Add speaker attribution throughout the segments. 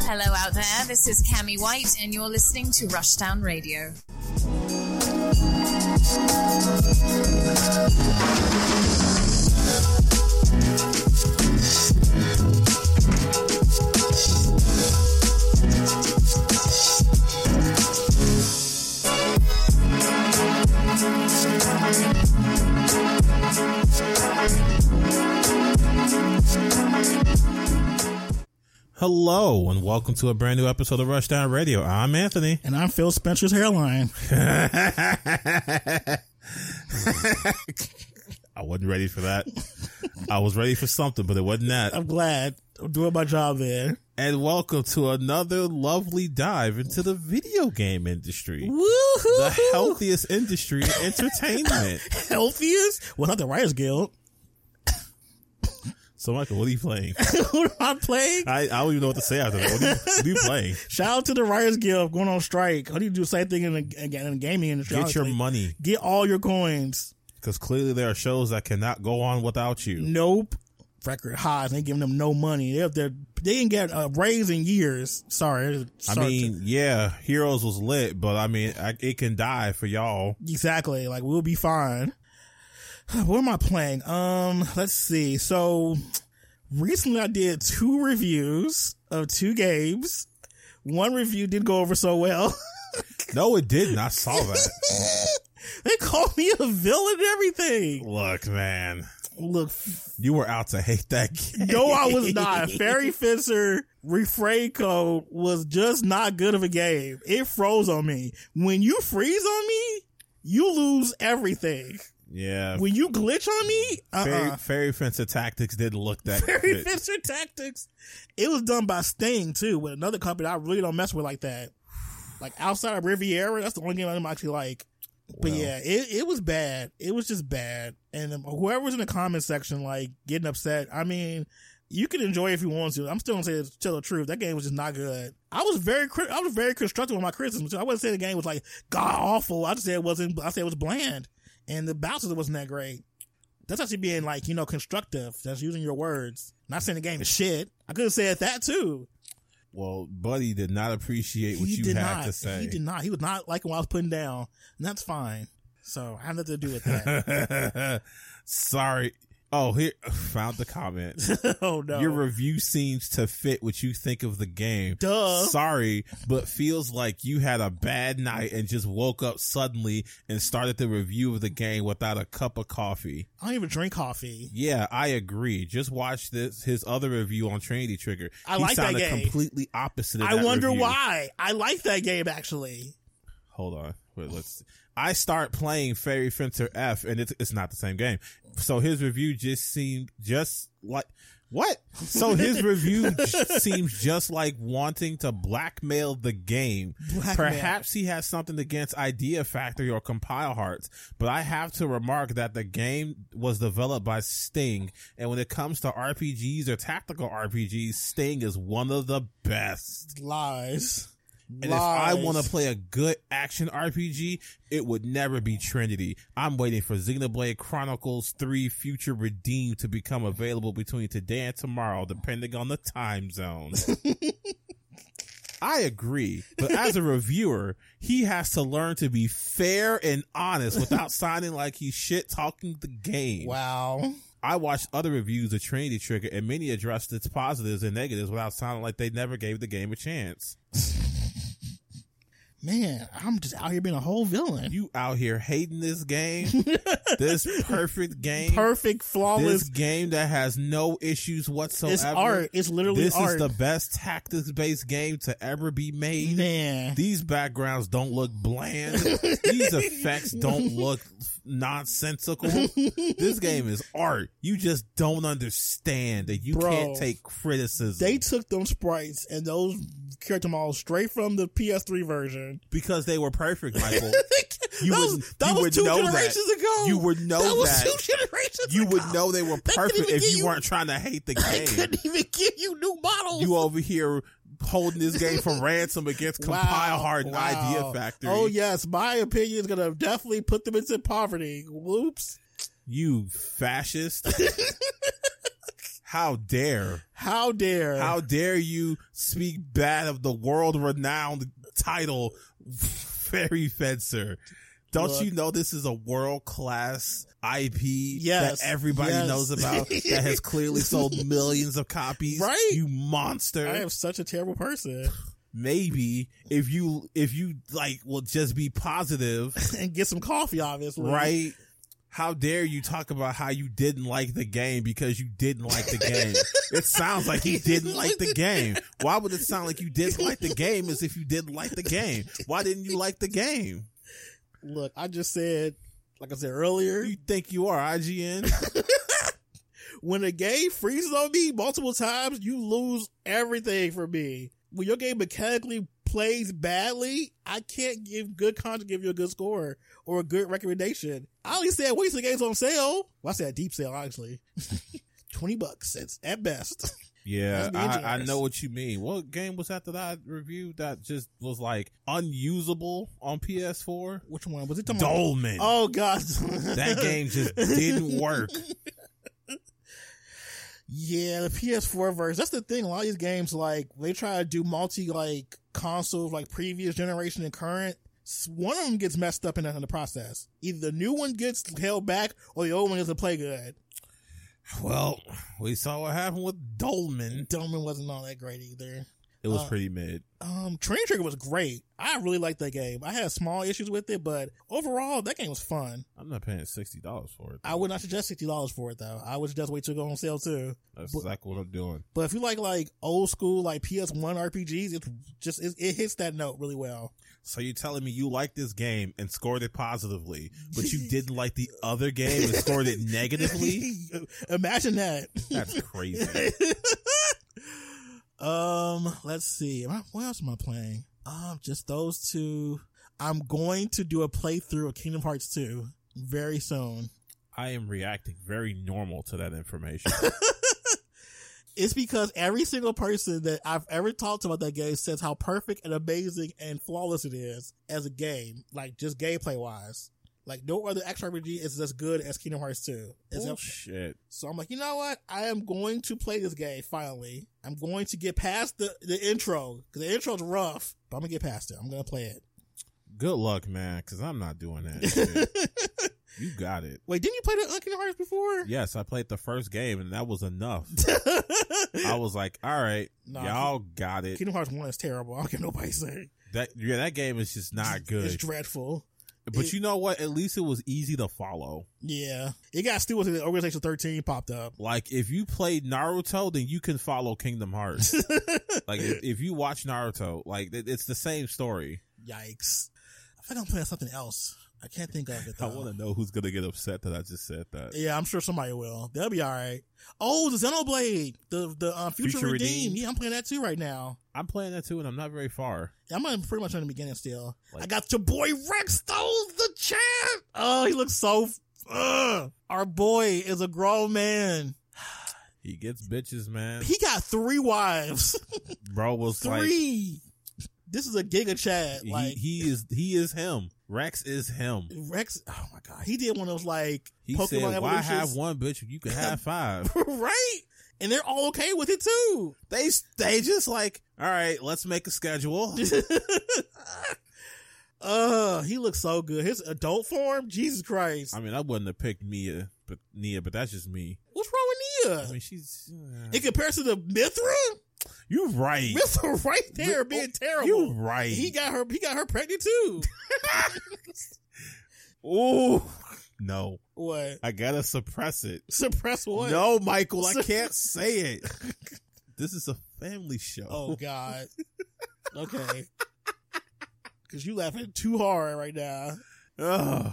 Speaker 1: Hello out there, this is Cami White, and you're listening to Rushdown Radio.
Speaker 2: Hello and welcome to a brand new episode of Rushdown Radio. I'm Anthony.
Speaker 3: And I'm Phil Spencer's hairline.
Speaker 2: I wasn't ready for that. I was ready for something, but it wasn't that.
Speaker 3: I'm glad I'm doing my job there.
Speaker 2: And welcome to another lovely dive into the video game industry.
Speaker 3: Woohoo!
Speaker 2: The healthiest industry in entertainment.
Speaker 3: healthiest? Well, not the Writers Guild.
Speaker 2: So Michael, what are you playing?
Speaker 3: what am I playing?
Speaker 2: I, I don't even know what to say after that. What are you, what are you playing?
Speaker 3: Shout out to the Writers Guild going on strike. How do you do the same thing in the, in the gaming industry?
Speaker 2: Get your
Speaker 3: honestly?
Speaker 2: money.
Speaker 3: Get all your coins.
Speaker 2: Because clearly there are shows that cannot go on without you.
Speaker 3: Nope. Record highs. They ain't giving them no money. They up there. They didn't get a raise in years. Sorry.
Speaker 2: I
Speaker 3: Sorry to-
Speaker 2: mean, yeah, Heroes was lit, but I mean, I, it can die for y'all.
Speaker 3: Exactly. Like we'll be fine. What am I playing? Um, let's see. So recently I did two reviews of two games. One review did go over so well.
Speaker 2: No, it didn't. I saw that.
Speaker 3: they called me a villain and everything.
Speaker 2: Look, man,
Speaker 3: Look,
Speaker 2: you were out to hate that game.
Speaker 3: no, I was not. Fairy Fencer Refrain Code was just not good of a game. It froze on me. When you freeze on me, you lose everything.
Speaker 2: Yeah.
Speaker 3: When you glitch on me, uh-uh.
Speaker 2: Fairy, Fairy Fencer Tactics didn't look that
Speaker 3: Perry
Speaker 2: good.
Speaker 3: Fisher Tactics. It was done by Sting too, with another company I really don't mess with like that. Like outside of Riviera, that's the only game I'm actually like. But
Speaker 2: Well.
Speaker 3: yeah, it, it was bad. It was just bad. And um, whoever's in the comment section like getting upset, I mean, you can enjoy it if you want to. I'm still gonna say tell the truth. That game was just not good. I was very crit- I was very constructive with my criticism. too. I wouldn't say the game was like god awful. I just said it wasn't. I said it was bland, and the bounces wasn't that great that's actually being like you know constructive. That's using your words. Not saying the game is shit. I could have said that too.
Speaker 2: Well, Buddy did not appreciate what
Speaker 3: he
Speaker 2: you
Speaker 3: did
Speaker 2: had
Speaker 3: not.
Speaker 2: to say.
Speaker 3: He did not. He was not liking what I was putting down, and that's fine. So I have nothing to do with that.
Speaker 2: Sorry. Oh, here found the comment.
Speaker 3: oh no.
Speaker 2: Your review seems to fit what you think of the game.
Speaker 3: Duh.
Speaker 2: Sorry, but feels like you had a bad night and just woke up suddenly and started the review of the game without a cup of coffee.
Speaker 3: I don't even drink coffee.
Speaker 2: Yeah, I agree. Just watch this his other review on Trinity Trigger.
Speaker 3: I
Speaker 2: he
Speaker 3: like that
Speaker 2: sounded
Speaker 3: game.
Speaker 2: completely opposite. Of
Speaker 3: I
Speaker 2: that
Speaker 3: wonder
Speaker 2: review.
Speaker 3: why. I like that game actually.
Speaker 2: Hold on. Wait, let's. I start playing Fairy Fencer F, and it's it's not the same game. So his review just seemed just like what? So his review j- seems just like wanting to blackmail the game.
Speaker 3: Blackmail.
Speaker 2: Perhaps he has something against Idea Factory or Compile Hearts, but I have to remark that the game was developed by Sting, and when it comes to RPGs or tactical RPGs, Sting is one of the best.
Speaker 3: Lies.
Speaker 2: And if I want to play a good action RPG, it would never be Trinity. I'm waiting for Xenoblade Chronicles 3 Future Redeemed to become available between today and tomorrow, depending on the time zone. I agree, but as a reviewer, he has to learn to be fair and honest without sounding like he's shit talking the game.
Speaker 3: wow.
Speaker 2: I watched other reviews of Trinity Trigger and many addressed its positives and negatives without sounding like they never gave the game a chance.
Speaker 3: Man, I'm just out here being a whole villain.
Speaker 2: you out here hating this game, this perfect game,
Speaker 3: Perfect,
Speaker 2: this
Speaker 3: flawless.
Speaker 2: game that has no issues whatsoever.
Speaker 3: It's art. It's literally
Speaker 2: This
Speaker 3: art.
Speaker 2: is the best tactics based game to ever be made.
Speaker 3: man.
Speaker 2: These backgrounds don't look bland. These effects don't look nonsensical. this game is art. You just don't understand that you
Speaker 3: Bro.
Speaker 2: can't take criticism
Speaker 3: they took them sprites and those character models straight from the PS3 version.
Speaker 2: because they were perfect, Michael.
Speaker 3: Oh
Speaker 2: You
Speaker 3: that
Speaker 2: would-
Speaker 3: was, that
Speaker 2: you
Speaker 3: was
Speaker 2: would
Speaker 3: two
Speaker 2: know that.
Speaker 3: generations ago.
Speaker 2: You would know
Speaker 3: that was
Speaker 2: that.
Speaker 3: two generations.
Speaker 2: you
Speaker 3: ago.
Speaker 2: would know they were
Speaker 3: couldn't
Speaker 2: perfect
Speaker 3: even
Speaker 2: if
Speaker 3: give
Speaker 2: you
Speaker 3: you-
Speaker 2: weren't trying to hate the
Speaker 3: They
Speaker 2: game.
Speaker 3: couldn't even give you new models.
Speaker 2: you over here holding this game for ransom against
Speaker 3: Wow.
Speaker 2: Compile Hard and
Speaker 3: Wow.
Speaker 2: Idea Factory.
Speaker 3: Oh yes, my opinion is gonna definitely put them into poverty. Whoops.
Speaker 2: You fascist. How dare?
Speaker 3: How dare?
Speaker 2: How dare you speak bad of the world renowned title, Fairy Fencer? Don't
Speaker 3: Look.
Speaker 2: you know this is a world class IP
Speaker 3: Yes,
Speaker 2: that everybody
Speaker 3: yes.
Speaker 2: knows about that has clearly sold millions of copies?
Speaker 3: Right.
Speaker 2: You monster.
Speaker 3: I am such a terrible person.
Speaker 2: Maybe if you if you like will just be positive,
Speaker 3: and get some coffee, obviously.
Speaker 2: right? How dare you talk about how you didn't like the game because you didn't like the game? it sounds like you didn't like the game. Why would it sound like you didn't like the game as if you didn't like the game? Why didn't you like the game?
Speaker 3: Look, I just said, like I said earlier,
Speaker 2: You think you are IGN?
Speaker 3: when a game freezes on me multiple times, you lose everything for me. When your game mechanically plays badly, I can't give good content, give you a good score or a good recommendation. I only said wait till the game's on sale. Well, I said deep sale, honestly. 20 bucks it's at best.
Speaker 2: Yeah,
Speaker 3: That's the engine
Speaker 2: I, I
Speaker 3: artist.
Speaker 2: know what you mean. What game was that that I reviewed that just was like unusable on PS4?
Speaker 3: Which one? Was it the
Speaker 2: Dolman.
Speaker 3: Oh, God.
Speaker 2: That game just didn't work.
Speaker 3: Yeah, the PS4 version. That's the thing. A lot of these games, like they try to do multi like consoles, like previous generation and current. S- One of them gets messed up in the, in the process. Either the new one gets held back, or the old one doesn't play good.
Speaker 2: Well, we saw what happened with Dolman.
Speaker 3: Dolman wasn't all that great either.
Speaker 2: It was
Speaker 3: Uh,
Speaker 2: pretty mid.
Speaker 3: Um, Train Trigger was great. I really liked that game. I had small issues with it, but overall, that game was fun.
Speaker 2: I'm not paying sixty dollars for it.
Speaker 3: I would not suggest sixty dollars for it though. I would suggest wait till it go on sale too.
Speaker 2: That's
Speaker 3: but-
Speaker 2: exactly what I'm doing.
Speaker 3: But if you like like old school like PS1 RPGs, it's just it, it hits that note really well.
Speaker 2: So you're telling me you liked this game and scored it positively, but you didn't like the other game and scored it negatively?
Speaker 3: Imagine that.
Speaker 2: That's crazy.
Speaker 3: um, let's see. Am I, what else am I playing? Um, just those two. I'm going to do a playthrough of Kingdom Hearts 2 very soon.
Speaker 2: I am reacting very normal to that information.
Speaker 3: It's because every single person that I've ever talked to about that game says how perfect and amazing and flawless it is as a game, like just gameplay wise. Like no other action RPG is as good as Kingdom Hearts 2.
Speaker 2: Oh,
Speaker 3: It's up-
Speaker 2: Bullshit.
Speaker 3: So I'm like, you know what? I am going to play this game finally. I'm going to get past the, the intro because the intro's rough, but I'm gonna get past it. I'm gonna play
Speaker 2: Good luck, man, because I'm not doing that. shit.
Speaker 3: it.
Speaker 2: you got it.
Speaker 3: Wait, didn't you play the Kingdom Hearts before?
Speaker 2: Yes, I played the first game and that was enough. I was like, all right,
Speaker 3: Nah,
Speaker 2: y'all got it.
Speaker 3: Kingdom Hearts One is terrible. I don't care what nobody say.
Speaker 2: That yeah, that game is just not
Speaker 3: It's- It's
Speaker 2: good.
Speaker 3: dreadful.
Speaker 2: But
Speaker 3: it-
Speaker 2: you know what? At least it was easy to follow.
Speaker 3: Yeah, it got still with the Organization 13 popped up.
Speaker 2: Like if you played Naruto, then you can follow Kingdom Hearts. like if, if you watch Naruto, like it, it's the same story.
Speaker 3: Yikes! I think I'm playing something else. I can't think of it.
Speaker 2: I
Speaker 3: Though.
Speaker 2: want to know who's gonna get upset that I just said that.
Speaker 3: Yeah, I'm sure somebody will. They'll be all right. Oh, the Xenoblade, the the uh, Future,
Speaker 2: Future Redeem.
Speaker 3: Redeem. Yeah, I'm playing that too right now.
Speaker 2: I'm playing that too, and I'm not very far.
Speaker 3: I'm in- pretty much in the beginning still.
Speaker 2: Like-
Speaker 3: I got your boy Rex though, the champ. Oh, he looks so. Ugh. Our boy is a grown man.
Speaker 2: He gets bitches, man.
Speaker 3: He got three wives.
Speaker 2: Bro was like,
Speaker 3: three. this is a giga chat. Like
Speaker 2: he, he is he is him. Rex is him.
Speaker 3: Rex. Oh my god, he did one of those like
Speaker 2: He
Speaker 3: Pokemon
Speaker 2: said, "Why have
Speaker 3: evolutions,
Speaker 2: one bitch? when You can have five.
Speaker 3: right? And they're all okay with it too.
Speaker 2: they they just like, all right, let's make a schedule.
Speaker 3: uh, he looks so good. His adult form, Jesus Christ.
Speaker 2: I mean, I wouldn't have picked Mia, but Nia, but that's just me.
Speaker 3: What's wrong
Speaker 2: I
Speaker 3: with Nia?
Speaker 2: mean, she's
Speaker 3: In comparison to Mithra,
Speaker 2: you right.
Speaker 3: Mithra right there being terrible.
Speaker 2: oh, You right.
Speaker 3: he got her. He got her pregnant too.
Speaker 2: Ooh. No,
Speaker 3: what?
Speaker 2: I gotta suppress it.
Speaker 3: Suppress what?
Speaker 2: No, Michael, I can't say it. This is a family show.
Speaker 3: Oh God. okay. Because you laughing too hard right now.
Speaker 2: Ugh.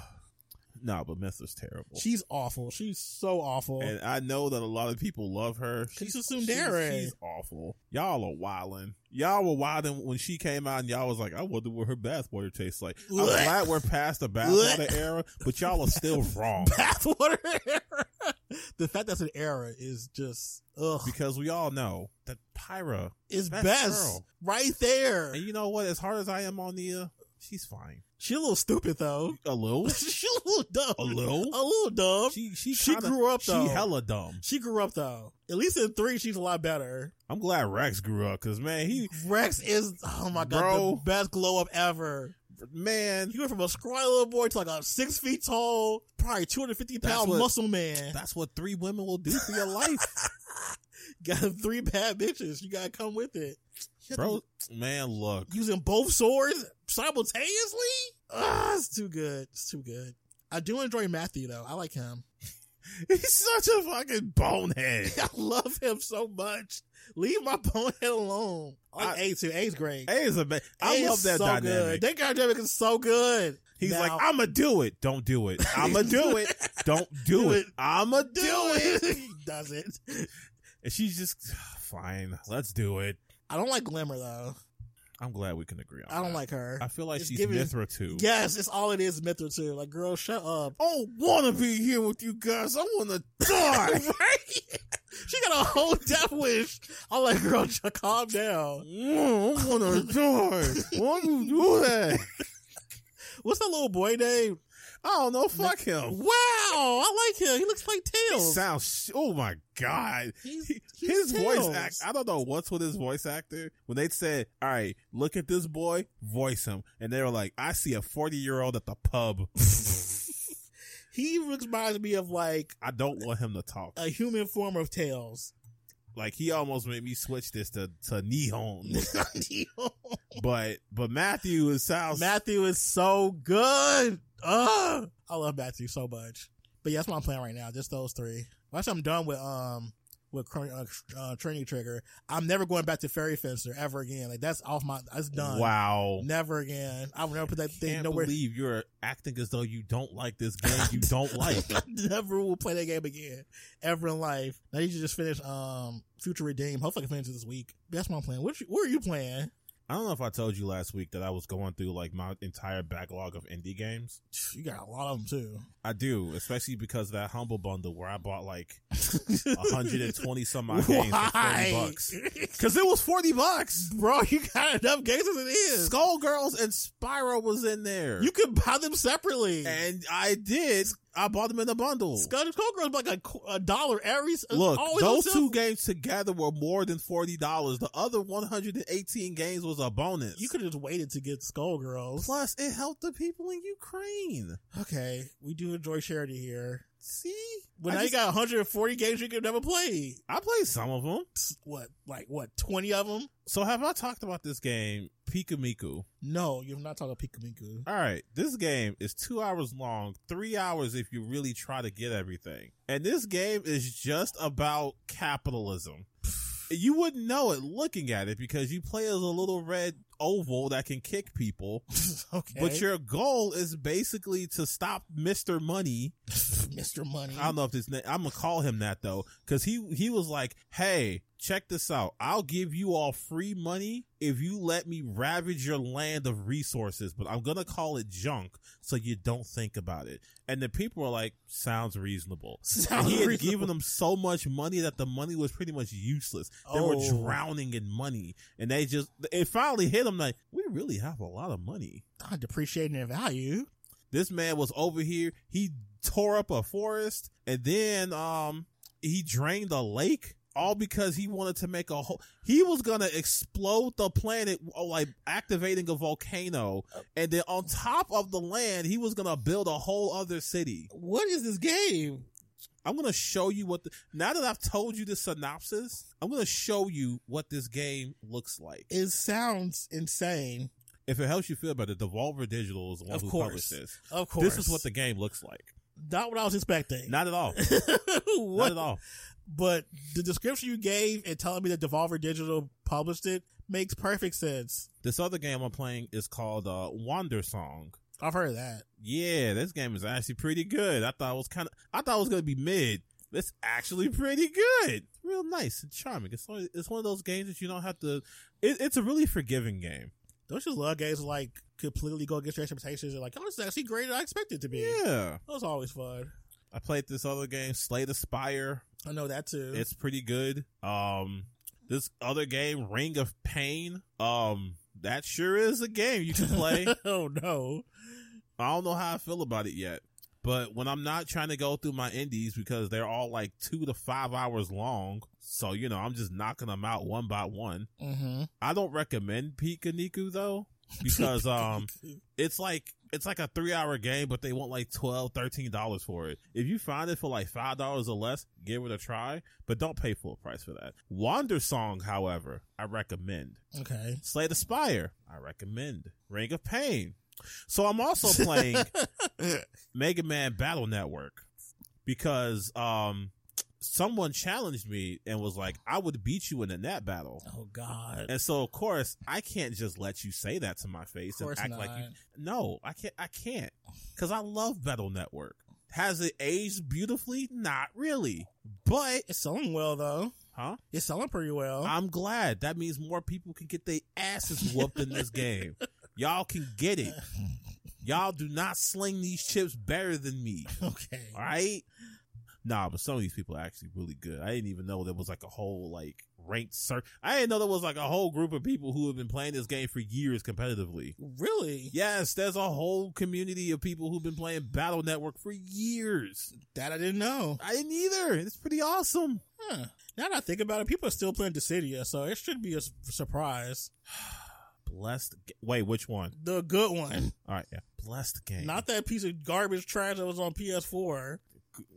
Speaker 2: Nah, but Mithra's terrible.
Speaker 3: She's awful. She's so awful.
Speaker 2: and I know that a lot of people love her.
Speaker 3: She's a
Speaker 2: she's-
Speaker 3: tsundere.
Speaker 2: She's awful. Y'all are wildin'. Y'all were wildin' when she came out, and y'all was like, "I wonder what her bathwater tastes like." I'm
Speaker 3: Blech.
Speaker 2: glad we're past the bathwater era, but y'all are still wrong
Speaker 3: Bathwater era. the fact that's an era is just ugh.
Speaker 2: because we all know that Pyra
Speaker 3: It's
Speaker 2: Best
Speaker 3: best
Speaker 2: girl.
Speaker 3: right there.
Speaker 2: And you know what? As hard as I am on Nia, She's fine.
Speaker 3: She a little stupid though.
Speaker 2: A little.
Speaker 3: she a little dumb.
Speaker 2: A little?
Speaker 3: A little dumb. She,
Speaker 2: She she
Speaker 3: She
Speaker 2: kinda-
Speaker 3: grew up, though.
Speaker 2: She hella dumb.
Speaker 3: grew up though. At least in three, she's a lot better.
Speaker 2: I'm glad Rex grew up because man, he
Speaker 3: Rex is oh my god,
Speaker 2: Bro.
Speaker 3: the best glow up ever.
Speaker 2: man.
Speaker 3: You went from a scrawny little boy to like a six feet tall, probably two hundred fifty
Speaker 2: That's
Speaker 3: pound
Speaker 2: what-
Speaker 3: muscle man.
Speaker 2: That's what three women will do for your life,
Speaker 3: Got three bad bitches. You gotta come with it, She had to
Speaker 2: bro. Man, look.
Speaker 3: using both swords simultaneously? Ah, it's too good. It's too good. I do enjoy Matthew though. I like him.
Speaker 2: He's such a fucking bonehead.
Speaker 3: I love him so much. Leave my bonehead alone. I like
Speaker 2: I-
Speaker 3: A too. A's great.
Speaker 2: A is a man. I
Speaker 3: A is
Speaker 2: love that
Speaker 3: so
Speaker 2: dynamic.
Speaker 3: Good. That dynamic is so good.
Speaker 2: He's
Speaker 3: Now-
Speaker 2: like, I'ma do it. Don't do it. I'ma do it. Don't do,
Speaker 3: Do
Speaker 2: it.
Speaker 3: it.
Speaker 2: I'ma do it.
Speaker 3: he does it.
Speaker 2: And she's just "Ah, fine. Let's do it.
Speaker 3: I don't like Glimmer though.
Speaker 2: I'm glad we can agree on.
Speaker 3: I don't
Speaker 2: that.
Speaker 3: like her.
Speaker 2: I feel like
Speaker 3: It's
Speaker 2: she's
Speaker 3: giving-
Speaker 2: Mithra too.
Speaker 3: Yes, it's all it is, Mithra too. Like, girl, shut up.
Speaker 2: I don't wanna be here with you guys. I wanna
Speaker 3: right? She got a whole death wish. I'm like, girl, ch- calm down.
Speaker 2: Mm, I wanna die. Why you do that?
Speaker 3: What's that little boy name?
Speaker 2: I don't know. Fuck him.
Speaker 3: Wow, I like him. He looks like
Speaker 2: Oh. He
Speaker 3: Tails.
Speaker 2: sounds. sh- Oh my god.
Speaker 3: He's-
Speaker 2: He- his
Speaker 3: he's
Speaker 2: voice
Speaker 3: Tails.
Speaker 2: act. I don't know what's with his voice actor. When they said, "All right, look at this boy, voice him," and they were like, "I see a forty year old at the pub.
Speaker 3: he reminds me of like
Speaker 2: I don't want him to talk."
Speaker 3: a human form of Tails.
Speaker 2: Like he almost made me switch this to to Nihon. but but Matthew is sounds.
Speaker 3: Matthew is so good. Ugh. I love Matthew so much. But yeah, that's what I'm playing right now. Just those three. Once I'm done with um with Cr- uh, uh, Trinity Trigger, I'm never going back to Fairy Fencer ever again. Like that's off my. That's done.
Speaker 2: wow.
Speaker 3: Never again. I will never put that thing
Speaker 2: Can't
Speaker 3: nowhere.
Speaker 2: believe you're acting as though you don't like this game. You don't like.
Speaker 3: I never will play that game again, ever in life. Now you should just finish um Future Redeem. Hopefully, I can finish it this week. That's what I'm playing. What you, where are you playing?
Speaker 2: I don't know if I told you last week that I was going through like my entire backlog of indie games.
Speaker 3: You got a lot of them too.
Speaker 2: I do, especially because of that humble bundle where I bought like 120 some odd games for 40
Speaker 3: Why?
Speaker 2: bucks. Cause it was 40 bucks.
Speaker 3: Bro, you got enough games as it is.
Speaker 2: Skullgirls and Spyro was in there.
Speaker 3: You can buy them separately.
Speaker 2: and I did. I bought them in a bundle.
Speaker 3: Skull Skullgirls like a, qu- a dollar every. it's
Speaker 2: Look,
Speaker 3: always on
Speaker 2: those
Speaker 3: sale.
Speaker 2: two games together were more than $40. The other 118 games was a bonus.
Speaker 3: You could have just waited to get Skullgirls.
Speaker 2: Plus, it helped the people in Ukraine.
Speaker 3: Okay, we do enjoy charity here.
Speaker 2: See?
Speaker 3: But
Speaker 2: I
Speaker 3: now
Speaker 2: just-
Speaker 3: you got 140 games you could never play.
Speaker 2: I played some of them.
Speaker 3: What, like what, 20 of them?
Speaker 2: So have I talked about this game, Pikamiku?
Speaker 3: No, you're not talking Pikamiku.
Speaker 2: All right, this game is two hours long, three hours if you really try to get everything. And this game is just about capitalism. You wouldn't know it looking at it because you play as a little red oval that can kick people,
Speaker 3: okay,
Speaker 2: but your goal is basically to stop Mr. Money.
Speaker 3: Mr. Money.
Speaker 2: I don't know if this name, I'm gonna call him that though, because he he was like, "Hey, check this out. I'll give you all free money if you let me ravage your land of resources, but I'm gonna call it junk so you don't think about it." And the people were like, "Sounds reasonable." And
Speaker 3: Sounds
Speaker 2: he had
Speaker 3: reasonable.
Speaker 2: given them so much money that the money was pretty much useless. They
Speaker 3: Oh.
Speaker 2: were drowning in money, and they just it finally hit them like, "We really have a lot of money."
Speaker 3: Not depreciating their value.
Speaker 2: this man was over here he tore up a forest and then um he drained a lake all because he wanted to make a whole he was gonna explode the planet uh, like activating a volcano and then on top of the land he was gonna build a whole other city
Speaker 3: What is this game?
Speaker 2: i'm gonna show you what the, now that i've told you the synopsis i'm gonna show you what this game looks like
Speaker 3: It sounds insane.
Speaker 2: if it helps you feel better devolver digital is the one
Speaker 3: Of
Speaker 2: who
Speaker 3: course.
Speaker 2: published this
Speaker 3: Of course,
Speaker 2: this is what the game looks like
Speaker 3: not what I was expecting.
Speaker 2: not at all
Speaker 3: what?
Speaker 2: not at all
Speaker 3: But the description you gave and telling me that Devolver Digital published it makes perfect sense.
Speaker 2: This other game I'm playing is called uh, Wander Song.
Speaker 3: I've heard of that.
Speaker 2: Yeah, this game is actually pretty good. I thought it was kind of, I thought it was gonna be mid. It's actually pretty good. Real nice and charming. It's one, it's one of those games that you don't have to. It, it's a really forgiving game.
Speaker 3: Don't you love games that, like completely go against your expectations? And like, oh, this is actually greater than I expected it to be.
Speaker 2: Yeah,
Speaker 3: That was always fun.
Speaker 2: I played this other game, Slay the Spire.
Speaker 3: I know that too.
Speaker 2: It's pretty good. Um, this other game, Ring of Pain. Um, that sure is a game you can play.
Speaker 3: oh no.
Speaker 2: I don't know how I feel about it yet. But when I'm not trying to go through my indies because they're all like two to five hours long, so you know I'm just knocking them out one by one.
Speaker 3: Mm-hmm.
Speaker 2: I don't recommend Pika Niku though because um it's like it's like a three hour game, but they want like 12 dollars for it. If you find it for like five dollars or less, give it a try, but don't pay full price for that. Wander Song, however, I recommend.
Speaker 3: okay.
Speaker 2: Slay the Spire, I recommend. Ring of Pain. So I'm also playing
Speaker 3: Oh,
Speaker 2: Mega Man Battle Network because um someone challenged me and was like, I would beat you in a net battle.
Speaker 3: Oh God.
Speaker 2: And so of course I can't just let you say that to my
Speaker 3: Of
Speaker 2: face and
Speaker 3: course
Speaker 2: act
Speaker 3: not.
Speaker 2: like you No, I can't I can't. Cause I love Battle Network. Has it aged beautifully? Not really. But
Speaker 3: it's selling well though.
Speaker 2: huh?
Speaker 3: It's selling pretty well.
Speaker 2: I'm glad. That means more people can get their asses whooped in this game. Y'all can get it. Y'all do not sling these chips better than me.
Speaker 3: okay.
Speaker 2: All right. Nah, but some of these people are actually really good. I didn't even know there was like a whole like ranked cir- I didn't know there was like a whole group of people who have been playing this game for years competitively.
Speaker 3: Really?
Speaker 2: Yes, there's a whole community of people who've been playing Battle Network for years.
Speaker 3: That I didn't know.
Speaker 2: I didn't either. It's pretty awesome.
Speaker 3: Huh. Now that I think about it, people are still playing Dissidia, so it should be a s- surprise.
Speaker 2: Blessed. Ga- Wait, which one?
Speaker 3: The good one,
Speaker 2: All right, yeah. Blessed game.
Speaker 3: not that piece of garbage trash that was on PS4.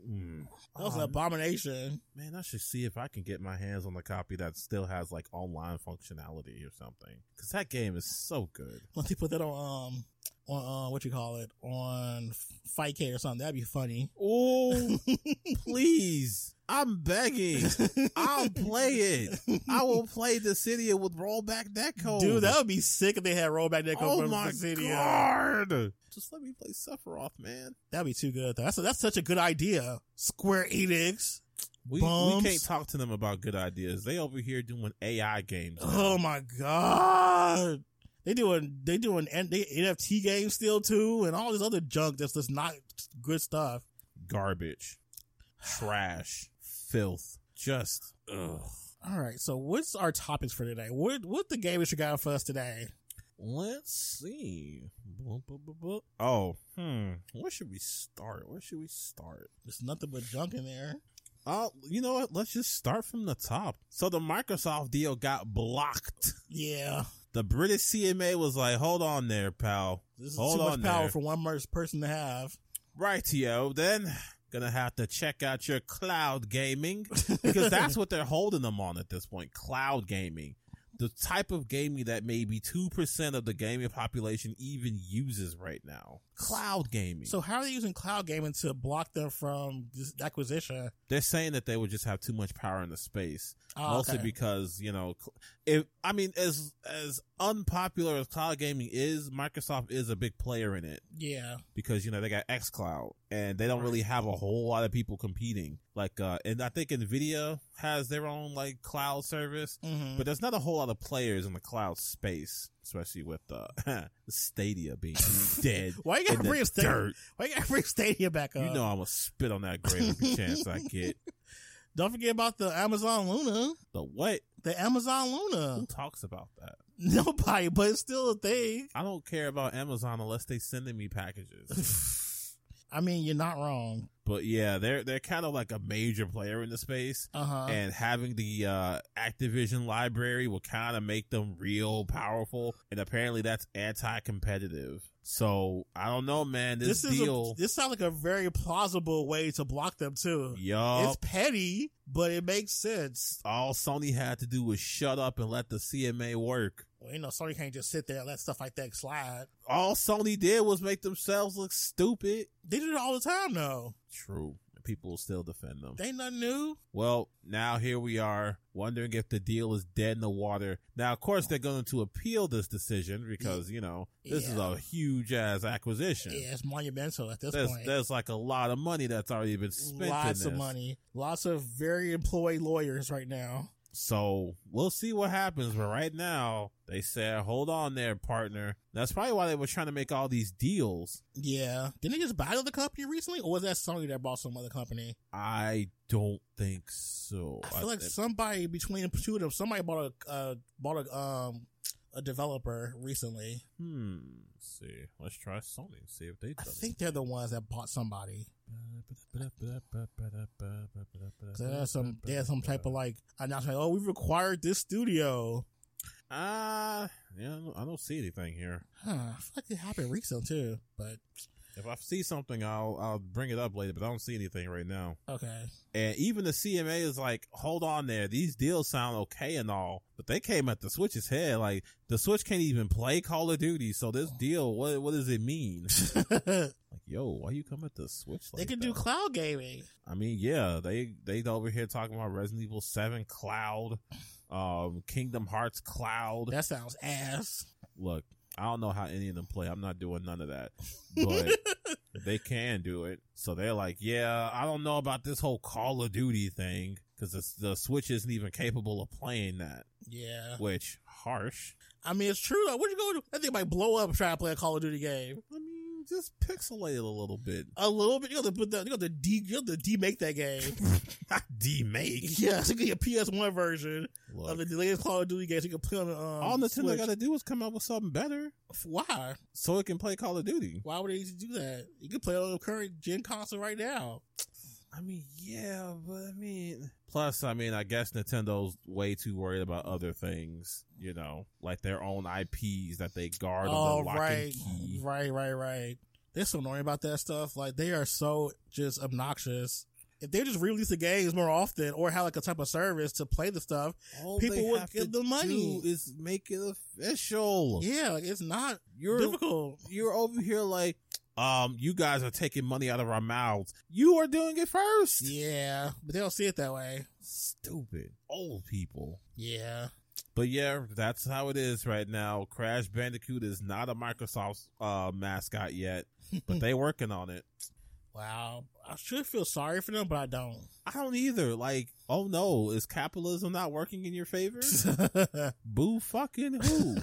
Speaker 2: Mm.
Speaker 3: That was
Speaker 2: Oh,
Speaker 3: an abomination.
Speaker 2: Man, I should see if I can get my hands on the copy that still has like online functionality or something. Because that game is so good.
Speaker 3: Once they put that on, um, on uh, what you call it, on Fight K or something, that'd be funny.
Speaker 2: Oh, please. I'm begging. I'll play it. I will play the city with Rollback Deco.
Speaker 3: Dude, that would be sick if they had rollback that
Speaker 2: Oh
Speaker 3: over
Speaker 2: my
Speaker 3: Dissidia.
Speaker 2: god! Just let me play Sephiroth, man.
Speaker 3: That'd be too good. Though. That's that's such a good idea. Square Enix.
Speaker 2: We, we
Speaker 3: Bums.
Speaker 2: can't talk to them about good ideas. They over here doing AI games. now.
Speaker 3: Oh my god. They doing they doing N- they NFT games still too, and all this other junk that's just not good stuff.
Speaker 2: Garbage, trash, filth. Just ugh.
Speaker 3: All right, so what's our topics for today? What what the game that you got for us today?
Speaker 2: Let's see. Blah, blah, blah, blah. Oh, hmm. Where should we start? Where should we start?
Speaker 3: There's nothing but junk in there.
Speaker 2: Uh, you know what? Let's just start from the top. So the Microsoft deal got blocked.
Speaker 3: Yeah,
Speaker 2: The British CMA was like, "Hold on there, pal.
Speaker 3: this is
Speaker 2: Hold
Speaker 3: too much
Speaker 2: on
Speaker 3: power
Speaker 2: there.
Speaker 3: for one mer- person to have.
Speaker 2: Rightio, then gonna have to check out your cloud gaming because that's what they're holding them on at this point. Cloud gaming, the type of gaming that maybe two percent of the gaming population even uses right now. Cloud gaming.
Speaker 3: So how are they using cloud gaming to block them from this acquisition?
Speaker 2: they're saying that they would just have too much power in the space,
Speaker 3: Oh,
Speaker 2: mostly
Speaker 3: okay.
Speaker 2: because you know, cl- if I mean, as as unpopular as cloud gaming is, Microsoft is a big player in it.
Speaker 3: yeah,
Speaker 2: because you know they got xcloud and they don't really have a whole lot of people competing like uh and i think nvidia has their own like cloud service
Speaker 3: hmm
Speaker 2: but there's not a whole lot of players in the cloud space especially with uh stadia being dead
Speaker 3: why you
Speaker 2: in
Speaker 3: gotta
Speaker 2: the
Speaker 3: bring Stadia? Uh.
Speaker 2: dirt.
Speaker 3: Why you gotta bring Stadia back up?
Speaker 2: you know i'm gonna spit on that grave every chance i get
Speaker 3: don't forget about the Amazon Luna.
Speaker 2: the what
Speaker 3: The Amazon
Speaker 2: who
Speaker 3: Luna.
Speaker 2: talks about that
Speaker 3: Nobody, but it's still a thing.
Speaker 2: i don't care about amazon unless they sending me packages
Speaker 3: I mean, you're not wrong.
Speaker 2: but yeah they're they're kind of like a major player in the space
Speaker 3: Uh huh.
Speaker 2: and having the uh, Activision library will kind of make them real powerful, and apparently that's anti-competitive. So I don't know, man. This,
Speaker 3: This is
Speaker 2: deal,
Speaker 3: a, this sounds like a very plausible way to block them too.
Speaker 2: y'all,
Speaker 3: It's petty, but it makes sense.
Speaker 2: all Sony had to do was shut up and let the CMA work.
Speaker 3: Well, you know, Sony can't just sit there and let stuff like that slide.
Speaker 2: All Sony did was make themselves look stupid.
Speaker 3: They do it all the time, though.
Speaker 2: True, people will still defend them.
Speaker 3: They ain't nothing new.
Speaker 2: Well, now here we are wondering if the deal is dead in the water. Now, of course, they're going to appeal this decision because you know this is
Speaker 3: Yeah.
Speaker 2: a huge ass acquisition.
Speaker 3: Yeah, it's monumental at this
Speaker 2: there's,
Speaker 3: point.
Speaker 2: there's like a lot of money that's already been spent.
Speaker 3: Lots
Speaker 2: in this.
Speaker 3: of money. Lots of very employed lawyers right now.
Speaker 2: So we'll see what happens. But right now, they said, hold on there, partner. That's probably why they were trying to make all these deals.
Speaker 3: Yeah. Didn't they just buy another company recently? Or was that Sony that bought some other company?
Speaker 2: I don't think so.
Speaker 3: I feel like
Speaker 2: think-
Speaker 3: somebody between the two of them, somebody bought a uh, bought a um a developer recently.
Speaker 2: Hmm. Let's see. Let's try Sony and see if they
Speaker 3: I
Speaker 2: done
Speaker 3: think they're the ones that bought somebody.
Speaker 2: it.
Speaker 3: 'Cause They had some, they had some type of like announcement. Oh, we've acquired this studio.
Speaker 2: Ah, yeah, I don't- I don't see anything here.
Speaker 3: Huh, I feel like it happened recently too, but
Speaker 2: If I see something, I'll I'll bring it up later. But I don't see anything right now.
Speaker 3: okay.
Speaker 2: And even the CMA is like, hold on there. These deals sound okay and all, but they came at the Switch's head. Like the Switch can't even play Call of Duty. So this deal, what what does it mean?
Speaker 3: they
Speaker 2: like, yo, why you come at the Switch? Like
Speaker 3: can do
Speaker 2: that?
Speaker 3: cloud gaming.
Speaker 2: I mean, yeah, they they over here talking about Resident Evil Seven Cloud, um, Kingdom Hearts Cloud.
Speaker 3: That sounds ass.
Speaker 2: Look, I don't know how any of them play. I'm not doing none of that, but they can do it. So they're like, yeah, I don't know about this whole Call of Duty thing because the, the Switch isn't even capable of playing that.
Speaker 3: Yeah.
Speaker 2: Which harsh.
Speaker 3: I mean, it's true though. What you going to? That thing might blow up trying to play a Call of Duty game.
Speaker 2: I mean, just pixelate it a little bit.
Speaker 3: A little bit. You got to put the, you got to de, you got to demake that game.
Speaker 2: Not demake.
Speaker 3: yeah, so you get a PS One version of
Speaker 2: Look,
Speaker 3: the latest Call of Duty games. You can play on the um,
Speaker 2: all Nintendo
Speaker 3: Switch.
Speaker 2: got to do is come up with something better
Speaker 3: Why?
Speaker 2: so it can play Call of Duty.
Speaker 3: Why would they need to do that? You can play on the current gen console right now.
Speaker 2: I mean, yeah, but I mean, plus, I mean, I guess Nintendo's way too worried about other things, you know, like their own IPs that they guard
Speaker 3: oh,
Speaker 2: under lock and
Speaker 3: right,
Speaker 2: key.
Speaker 3: right, right, right. They're so annoying about that stuff. Like they are so just obnoxious. If they just release the games more often, or have like a type of service to play the stuff,
Speaker 2: All
Speaker 3: People
Speaker 2: they
Speaker 3: would
Speaker 2: have
Speaker 3: give
Speaker 2: to
Speaker 3: them money.
Speaker 2: do is make it official.
Speaker 3: yeah, like it's not
Speaker 2: You're
Speaker 3: difficult.
Speaker 2: you're over here like, um, you guys are taking money out of our mouths. You are doing it first.
Speaker 3: Yeah, but they don't see it that way.
Speaker 2: Stupid old people.
Speaker 3: Yeah,
Speaker 2: But yeah, that's how it is right now. Crash Bandicoot is not a Microsoft uh, mascot yet, but they working on it.
Speaker 3: wow. I should feel sorry for them, but I don't.
Speaker 2: I don't either. Like, oh no, is capitalism not working in your favor? Boo fucking who?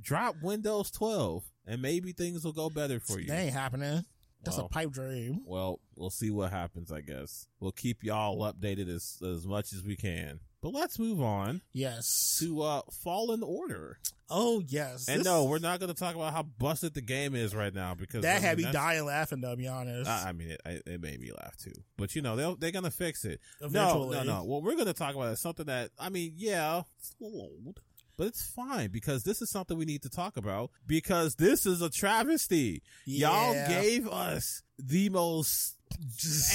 Speaker 2: Drop Windows 12 and maybe things will go better for you.
Speaker 3: That ain't happening. That's
Speaker 2: Wow.
Speaker 3: a pipe dream.
Speaker 2: Well, we'll see what happens, I guess. We'll keep y'all updated as, as much as we can. But let's move on
Speaker 3: Yes.
Speaker 2: to uh Fallen Order.
Speaker 3: Oh yes.
Speaker 2: And
Speaker 3: This-
Speaker 2: no, we're not going to talk about how busted the game is right now because I
Speaker 3: that
Speaker 2: mean,
Speaker 3: had me
Speaker 2: that's-
Speaker 3: dying laughing. though, To be honest,
Speaker 2: I I mean, it, I- it made me laugh too. But you know, they'll, they're going to fix it.
Speaker 3: eventually.
Speaker 2: No, no, no. What we're going to talk about is something that, I mean, yeah, it's a little old, but it's fine because this is something we need to talk about because this is a travesty. Y'all
Speaker 3: Yeah.
Speaker 2: gave us the most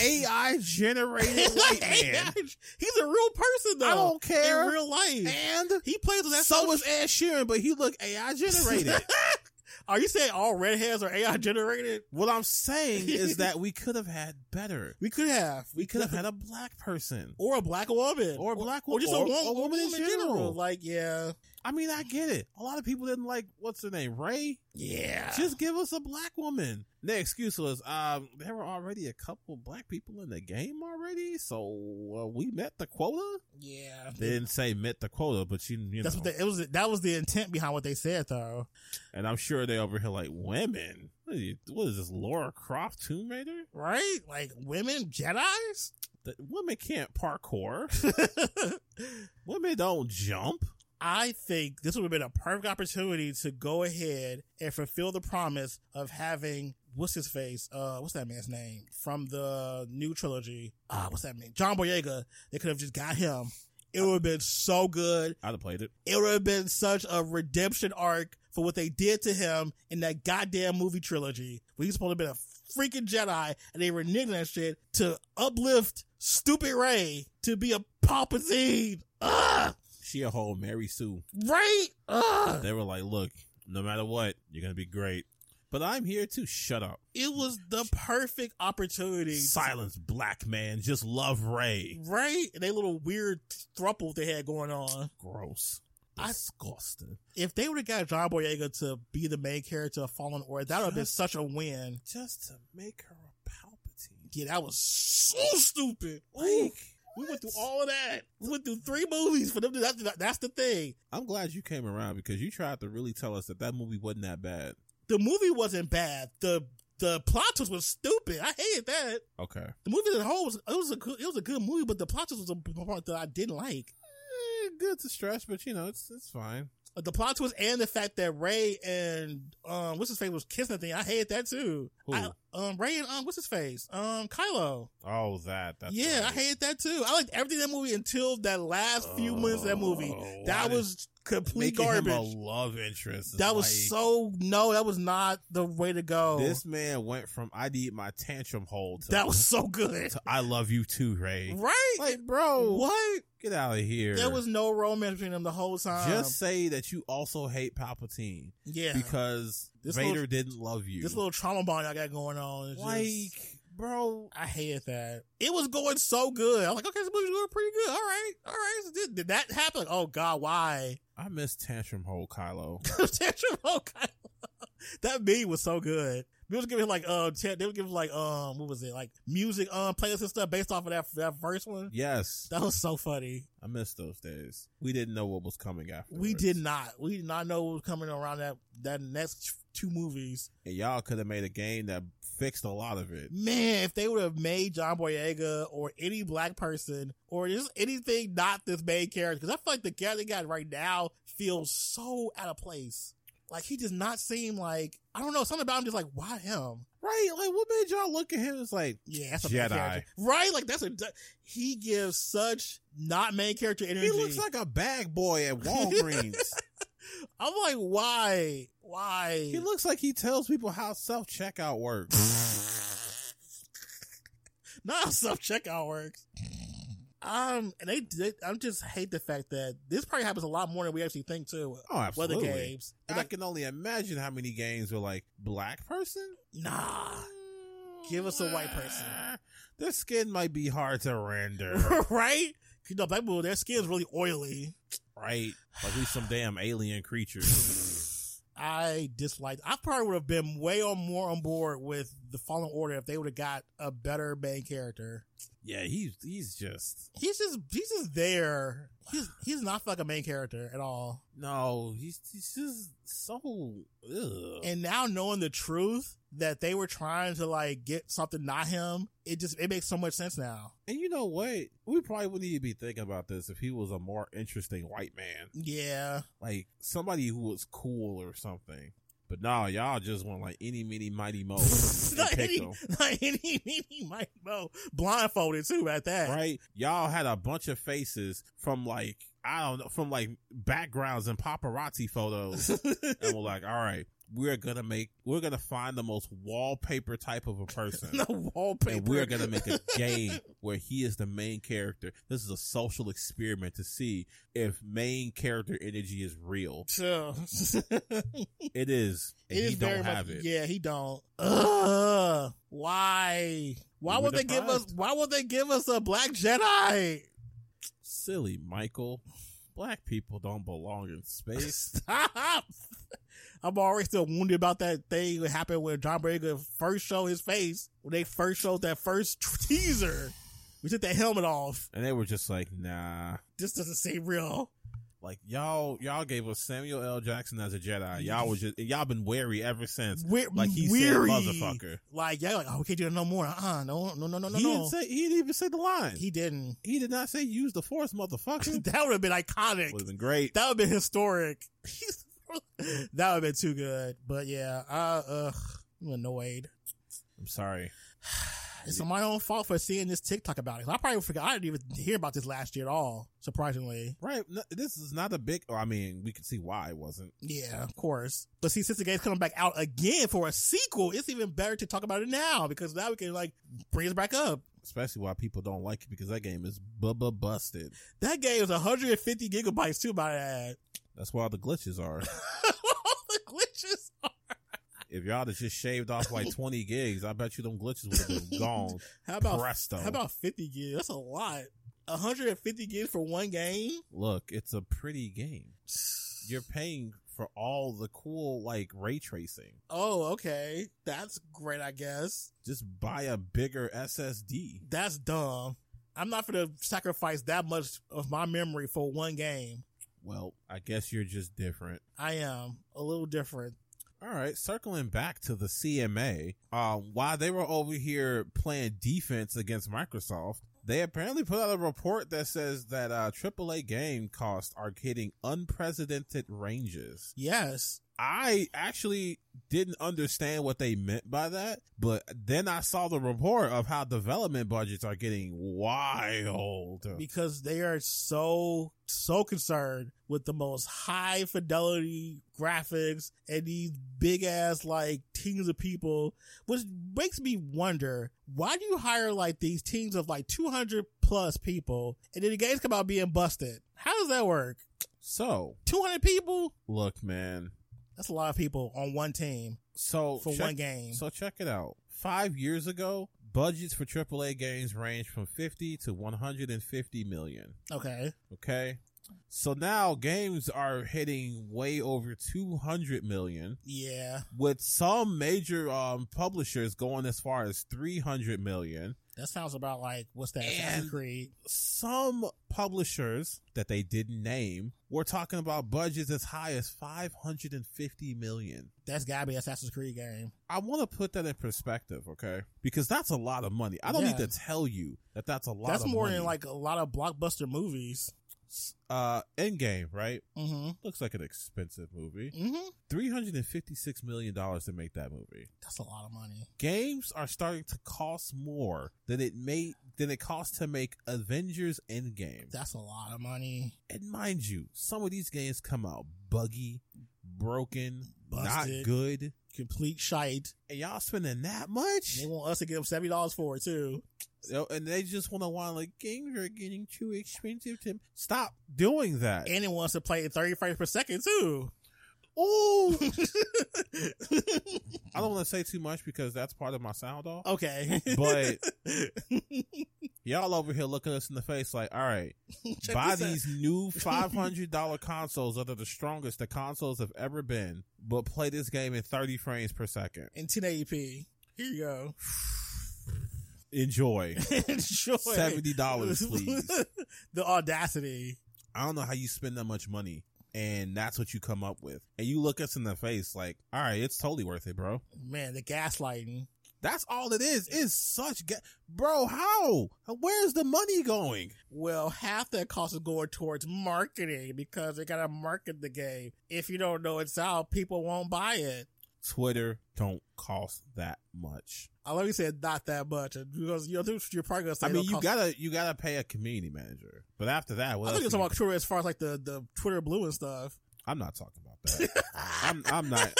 Speaker 2: AI generated white man.
Speaker 3: He's a real person though.
Speaker 2: I don't care.
Speaker 3: In real life,
Speaker 2: And
Speaker 3: he plays with that.
Speaker 2: so is Ed Sheeran, but he look AI generated.
Speaker 3: are you saying all redheads are AI generated?
Speaker 2: what I'm saying is that we could have had better.
Speaker 3: We could have,
Speaker 2: We could have had a black person.
Speaker 3: or a black woman,
Speaker 2: Or a black
Speaker 3: or
Speaker 2: woman,
Speaker 3: just a, wo- a woman in general.
Speaker 2: general.
Speaker 3: Like, yeah,
Speaker 2: I mean, I get it. A lot of people didn't like what's her name, Ray.
Speaker 3: yeah.
Speaker 2: Just give us a black woman. The excuse was, um, there were already a couple black people in the game already, so uh, we met the quota.
Speaker 3: yeah.
Speaker 2: They didn't say met the quota, but you, you
Speaker 3: That's
Speaker 2: know.
Speaker 3: what the, it was. That was the intent behind what they said, though.
Speaker 2: and I'm sure they over here like women. What, are you, what is this, Laura Croft Tomb Raider?
Speaker 3: Right? Like women Jedi's.
Speaker 2: The, women can't parkour. women don't jump.
Speaker 3: I think this would have been a perfect opportunity to go ahead and fulfill the promise of having what's his face, uh, what's that man's name from the new trilogy? Uh, what's that man? John Boyega. They could have just got him. It would have been so good.
Speaker 2: I'd have played it.
Speaker 3: It would have been such a redemption arc for what they did to him in that goddamn movie trilogy. We he's supposed to have been a freaking Jedi, and they were niggling that shit to uplift stupid Ray to be a Palpatine. Ugh,
Speaker 2: She a whole Mary Sue.
Speaker 3: right? Ugh.
Speaker 2: They were like, look, no matter what, you're gonna be great. But I'm here to shut up.
Speaker 3: It was the perfect opportunity.
Speaker 2: Silence, black man. Just love Ray.
Speaker 3: Right? And they little weird thruple they had going on.
Speaker 2: Gross.
Speaker 3: I-
Speaker 2: Disgusting.
Speaker 3: If they would have got John Boyega to be the main character of Fallen Order, that would have been such a win.
Speaker 2: Just to make her a Palpatine.
Speaker 3: Yeah, that was so stupid. Ooh,
Speaker 2: Like,
Speaker 3: we went through all of that. We went through three movies for them. To, that, that's the thing.
Speaker 2: I'm glad you came around because you tried to really tell us that that movie wasn't that bad.
Speaker 3: The movie wasn't bad. The the plot twist was stupid. I hated that.
Speaker 2: Okay.
Speaker 3: The movie as a whole was it was a good, it was a good movie, but the plot twist was a part that I didn't like.
Speaker 2: Eh, good to stretch, but you know, it's it's fine.
Speaker 3: the plot twist and the fact that Ray and um what's his face was kissing the thing. I hated that too.
Speaker 2: Who?
Speaker 3: I, um Ray and um what's his face? Um Kylo.
Speaker 2: Oh, that. That's
Speaker 3: yeah, I
Speaker 2: right.
Speaker 3: hated that too. I liked everything in that movie until that last few minutes of that movie.
Speaker 2: Oh,
Speaker 3: That
Speaker 2: why
Speaker 3: was complete
Speaker 2: Making him a
Speaker 3: garbage.
Speaker 2: love interest. is
Speaker 3: That was
Speaker 2: like-
Speaker 3: so no, that was not the way to go.
Speaker 2: This man went from I need my tantrum hold to,
Speaker 3: that was so good.
Speaker 2: to I love you too, Ray.
Speaker 3: Right?
Speaker 2: Like, bro,
Speaker 3: what?
Speaker 2: Get out of here.
Speaker 3: There was no romance between them the whole time.
Speaker 2: just say that you also hate Palpatine
Speaker 3: yeah.
Speaker 2: because
Speaker 3: This
Speaker 2: Vader
Speaker 3: little-
Speaker 2: didn't love you.
Speaker 3: this little trauma bond I got going on. is just-
Speaker 2: like, bro,
Speaker 3: I hated that. It was going so good. I was like, okay, this movie's going pretty good. All right, all right. So Did, did that happen? Like, oh God, why?
Speaker 2: I miss tantrum hold Kylo.
Speaker 3: Tantrum, oh, God. that meme was so good. They was giving like uh, t- they would give like um, what was it like music um playlists and stuff based off of that that first one.
Speaker 2: yes,
Speaker 3: That was so funny.
Speaker 2: I miss those days. We didn't know what was coming after.
Speaker 3: We did not. We did not know what was coming around that that next two movies.
Speaker 2: and y'all could have made a game that fixed a lot of it.
Speaker 3: Man, if they would have made John Boyega or any black person or just anything not this main character, because I feel like the character they got right now feels so out of place. Like he does not seem like I don't know something about him. Just like why him?
Speaker 2: Right? Like, what made y'all look at him? It's like,
Speaker 3: Yeah, that's a main
Speaker 2: Jedi.
Speaker 3: character. right? Like that's a he gives such not main character energy.
Speaker 2: he looks like a bag boy at Walgreens.
Speaker 3: I'm like why why
Speaker 2: He looks like he tells people how self checkout works.
Speaker 3: not how self checkout works. Um, and they, they, I just hate the fact that this probably happens a lot more than we actually think too.
Speaker 2: oh,
Speaker 3: Weather
Speaker 2: absolutely.
Speaker 3: games, They're
Speaker 2: I
Speaker 3: like,
Speaker 2: can only imagine how many games were like black person. Ah,
Speaker 3: nah, Give us a white person.
Speaker 2: Their skin might be hard to render,
Speaker 3: right? You know, black people, their skin's really oily.
Speaker 2: right? Like we some damn alien creatures.
Speaker 3: I disliked. I probably would have been way on more on board with the Fallen Order if they would have got a better main character.
Speaker 2: yeah, he's he's just
Speaker 3: He's just he's just there. He's he's not like a main character at all.
Speaker 2: no, he's he's just so. Ugh.
Speaker 3: And now knowing the truth that they were trying to like get something not him, it just it makes so much sense now.
Speaker 2: And you know what? We probably wouldn't even be thinking about this if he was a more interesting white man,
Speaker 3: Yeah.
Speaker 2: like somebody who was cool or something. But nah, y'all just want like any, mini, mighty, mo. and
Speaker 3: not
Speaker 2: picked
Speaker 3: any,
Speaker 2: him.
Speaker 3: not any, any Mike Mo. Blindfolded too at that.
Speaker 2: right? Y'all had a bunch of faces from like I don't know, from like backgrounds and paparazzi photos, and we're like, all right, we're gonna make, we're gonna find the most wallpaper type of a person.
Speaker 3: the wallpaper.
Speaker 2: And we're gonna make a game where he is the main character. This is a social experiment to see if main character energy is real.
Speaker 3: So,
Speaker 2: It is, and
Speaker 3: It
Speaker 2: he
Speaker 3: is
Speaker 2: don't
Speaker 3: very much-
Speaker 2: have it.
Speaker 3: Yeah, he don't. Ugh, why? Why
Speaker 2: We were
Speaker 3: would they give us?
Speaker 2: deprived.
Speaker 3: Why would they give us a black Jedi?
Speaker 2: Silly Michael, black people don't belong in space.
Speaker 3: Stop! I'm already still wounded about that thing that happened when John Boyega first showed his face when they first showed that first tr- teaser. We took that helmet off.
Speaker 2: and they were just like, nah.
Speaker 3: This doesn't seem real.
Speaker 2: Like y'all, y'all gave us Samuel L. Jackson as a Jedi. Y'all was just y'all been wary ever since.
Speaker 3: We're
Speaker 2: Like he
Speaker 3: weary.
Speaker 2: said, motherfucker.
Speaker 3: Like yeah, like oh, we can't do that no more. Uh, uh no, no, no, no, no,
Speaker 2: he
Speaker 3: no.
Speaker 2: didn't say he didn't even say the line. He,
Speaker 3: he didn't.
Speaker 2: did not say use the force, motherfucker.
Speaker 3: that would have been iconic.
Speaker 2: Would have been great.
Speaker 3: That would have been historic. that would have been too good. But yeah, I, ugh, I'm annoyed.
Speaker 2: I'm sorry.
Speaker 3: It's my own fault for seeing this TikTok about it. I probably forgot. I didn't even hear about this last year at all. Surprisingly,
Speaker 2: Right. No, this is not a big. oh, I mean, we can see why it wasn't.
Speaker 3: yeah, of course. But see, since the game's coming back out again for a sequel, it's even better to talk about it now because now we can like bring it back up.
Speaker 2: Especially why people don't like it because that game is bubba busted.
Speaker 3: That game is 150 gigabytes too. By that,
Speaker 2: That's why all the glitches are.
Speaker 3: all the glitches.
Speaker 2: if y'all had just shaved off like 20 gigs, I bet you them glitches would have been gone.
Speaker 3: How about
Speaker 2: Presto.
Speaker 3: how about 50 gigs? That's a lot. 150 gigs for one game.
Speaker 2: Look, it's a pretty game. You're paying for all the cool like ray tracing.
Speaker 3: Oh, okay. That's great, I guess.
Speaker 2: Just buy a bigger SSD.
Speaker 3: That's dumb. I'm not going to sacrifice that much of my memory for one game.
Speaker 2: Well, I guess you're just different.
Speaker 3: I am a little different.
Speaker 2: All right, circling back to the CMA. Um, while they were over here playing defense against Microsoft, They apparently put out a report that says that uh, AAA game costs are hitting unprecedented ranges.
Speaker 3: Yes.
Speaker 2: I actually didn't understand what they meant by that, but then I saw the report of how development budgets are getting wild.
Speaker 3: Because they are so, so concerned with the most high fidelity graphics and these big ass like teams of people, which makes me wonder why do you hire like these teams of like 200 plus people and then the games come out being busted? How does that work?
Speaker 2: So,
Speaker 3: 200 people?
Speaker 2: look, man.
Speaker 3: That's a lot of people on one team
Speaker 2: So
Speaker 3: for
Speaker 2: Oh, check-
Speaker 3: one game.
Speaker 2: So check it out. Five years ago, budgets for AAA games ranged from 50 to 150 million.
Speaker 3: okay.
Speaker 2: Okay. So now games are hitting way over 200 million,
Speaker 3: Yeah.
Speaker 2: with some major um, publishers going as far as 300 million.
Speaker 3: That sounds about like what's that?
Speaker 2: And-
Speaker 3: Assassin's Creed.
Speaker 2: Some publishers that they didn't name were talking about budgets as high as 550 million.
Speaker 3: That's gotta be Assassin's Creed game.
Speaker 2: I want to put that in perspective, okay? Because that's a lot of money. I don't
Speaker 3: Yeah.
Speaker 2: need to tell you that that's a lot.
Speaker 3: That's
Speaker 2: of
Speaker 3: more
Speaker 2: money.
Speaker 3: than like a lot of blockbuster movies.
Speaker 2: uh, Endgame, right?
Speaker 3: Mm-hmm.
Speaker 2: Looks like an expensive movie.
Speaker 3: Mm-hmm.
Speaker 2: Three hundred and fifty-six million dollars to make that movie.
Speaker 3: That's a lot of money.
Speaker 2: Games are starting to cost more than it made than it cost to make Avengers Endgame.
Speaker 3: That's a lot of money.
Speaker 2: And mind you, some of these games come out buggy, broken,
Speaker 3: Busted.
Speaker 2: not good,
Speaker 3: Complete shite.
Speaker 2: and y'all spending that much.
Speaker 3: They want us to give them seventy dollars for it too.
Speaker 2: Yo, and they just want to whine like games are getting too expensive to stop doing that.
Speaker 3: And it wants to play at thirty frames per second too.
Speaker 2: oh, I don't want to say too much because that's part of my sound off.
Speaker 3: okay.
Speaker 2: But y'all over here looking us in the face like, all right,
Speaker 3: Check
Speaker 2: buy
Speaker 3: this out.
Speaker 2: these new five hundred dollar consoles that are the strongest the consoles have ever been, but play this game in thirty frames per second.
Speaker 3: in ten eighty p. Here you go.
Speaker 2: Enjoy.
Speaker 3: Enjoy.
Speaker 2: Seventy dollars, please.
Speaker 3: the audacity.
Speaker 2: I don't know how you spend that much money. And that's what you come up with. And you look us in the face like, all right, it's totally worth it, bro.
Speaker 3: Man, the gaslighting.
Speaker 2: That's all it is. It's such, ga- bro. How? Where's the money going?
Speaker 3: Well, half that cost is going towards marketing because they gotta market the game. If you don't know it's out, people won't buy it.
Speaker 2: Twitter don't cost that much.
Speaker 3: I love you said not that much because you know you're probably gonna say.
Speaker 2: I mean, you
Speaker 3: got.
Speaker 2: gotta you gotta pay a community manager, but after that, what
Speaker 3: I think
Speaker 2: else
Speaker 3: it's
Speaker 2: you-
Speaker 3: about Twitter as far as like the, the Twitter blue and stuff.
Speaker 2: I'm not talking about that. I'm I'm not.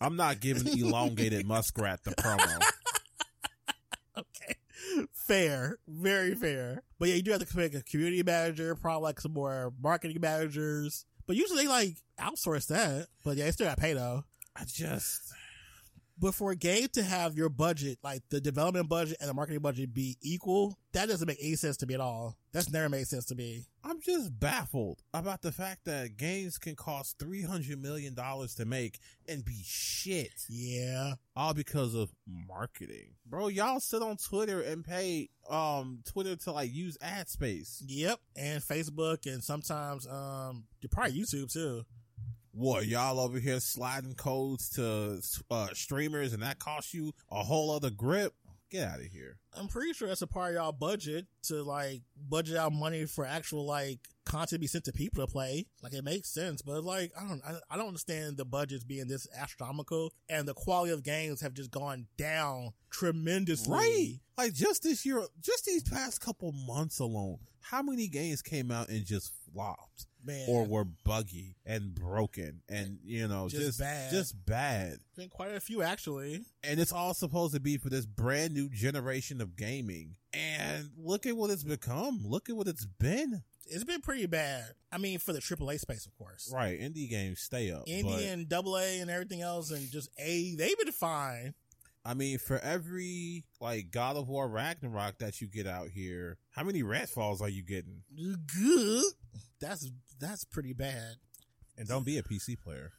Speaker 2: I'm not giving elongated muskrat the promo.
Speaker 3: Okay. Fair. Very fair. But yeah, you do have to pick a community manager, probably like some more marketing managers. But usually they like outsource that. But yeah, they still got pay though.
Speaker 2: I just
Speaker 3: But for a game to have your budget, like the development budget and the marketing budget be equal, that doesn't make any sense to me at all. That's never made sense to me.
Speaker 2: I'm just baffled about the fact that games can cost three hundred million dollars to make and be shit.
Speaker 3: Yeah.
Speaker 2: all because of marketing. Bro, y'all sit on Twitter and pay um Twitter to like use ad space.
Speaker 3: Yep. And Facebook and sometimes um probably YouTube too.
Speaker 2: What y'all over here sliding codes to uh streamers and that costs you a whole other grip? Get out of here.
Speaker 3: I'm pretty sure that's a part of y'all budget to like budget out money for actual like content be sent to people to play. Like it makes sense, but like I don't, I, I don't understand the budgets being this astronomical and the quality of games have just gone down tremendously.
Speaker 2: Right. Like just this year, just these past couple months alone, how many games came out and just flopped
Speaker 3: man.
Speaker 2: or were buggy and broken and you know
Speaker 3: Just
Speaker 2: just
Speaker 3: bad.
Speaker 2: Just bad.
Speaker 3: been quite a few actually.
Speaker 2: and it's all supposed to be for this brand new generation of gaming. And look at what it's become. Look at what it's been.
Speaker 3: It's been pretty bad. I mean, for the AAA space, of course.
Speaker 2: Right, indie games stay up.
Speaker 3: Indie and double A and everything else and just A, they've been
Speaker 2: but,
Speaker 3: fine.
Speaker 2: I mean, for every like God of War Ragnarok that you get out here, how many Redfalls are you getting?
Speaker 3: Good. That's that's pretty bad.
Speaker 2: And don't be a PC player.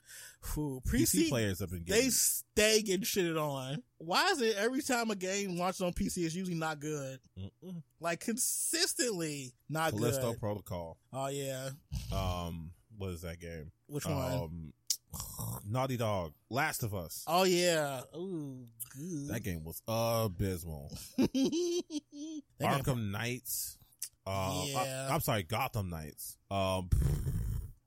Speaker 3: Whew,
Speaker 2: PC,
Speaker 3: pre-season-
Speaker 2: players have been getting.
Speaker 3: They stay getting shitted on. Why is it every time a game launched on PC is usually not good?
Speaker 2: Mm-mm.
Speaker 3: Like consistently not
Speaker 2: Callisto
Speaker 3: good.
Speaker 2: Protocol.
Speaker 3: Oh yeah,
Speaker 2: Um, what is that game?
Speaker 3: which one?
Speaker 2: Um, Naughty Dog, Last of Us.
Speaker 3: Oh yeah. Ooh, good.
Speaker 2: That game was abysmal.
Speaker 3: That game-
Speaker 2: Arkham Knights. Uh,
Speaker 3: Yeah.
Speaker 2: I, am sorry, Gotham Knights. Um,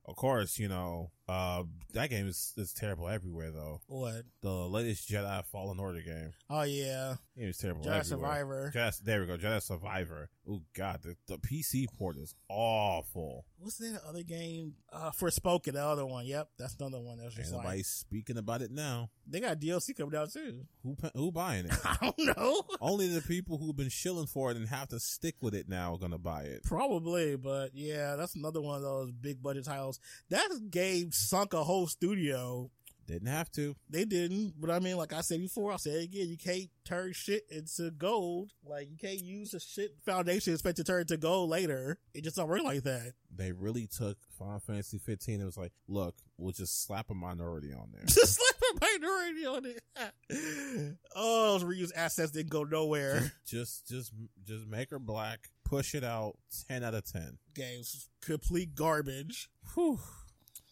Speaker 2: of course, you know uh, that game is is terrible everywhere though.
Speaker 3: What?
Speaker 2: The latest Jedi Fallen Order game,
Speaker 3: Oh yeah.
Speaker 2: it was terrible.
Speaker 3: Jedi
Speaker 2: everywhere.
Speaker 3: Survivor.
Speaker 2: Jedi, there we go. Jedi Survivor. Oh God, the, the PC port is awful.
Speaker 3: What's that other game? Uh, For Spoken, the other one. Yep, that's another one. That's
Speaker 2: Ain't
Speaker 3: just
Speaker 2: nobody
Speaker 3: like
Speaker 2: speaking about it now.
Speaker 3: they got DLC coming out too.
Speaker 2: Who pa- who buying it?
Speaker 3: I don't know.
Speaker 2: Only the people who've been shilling for it and have to stick with it now are gonna buy it.
Speaker 3: Probably, but yeah, that's another one of those big budget titles. That game sunk a whole studio.
Speaker 2: Didn't have to.
Speaker 3: They didn't, but I mean, like I said before, I'll say it again. You can't turn shit into gold. Like you can't use a shit foundation and expect to turn to gold later. It just don't work like that.
Speaker 2: They really took Final Fantasy 15 and was like, "Look, we'll just slap a minority on there."
Speaker 3: Just slap a minority on it. oh, those reused assets didn't go nowhere.
Speaker 2: just, just, just make her black. Push it out. Ten out of ten.
Speaker 3: Games complete garbage.
Speaker 2: Whew.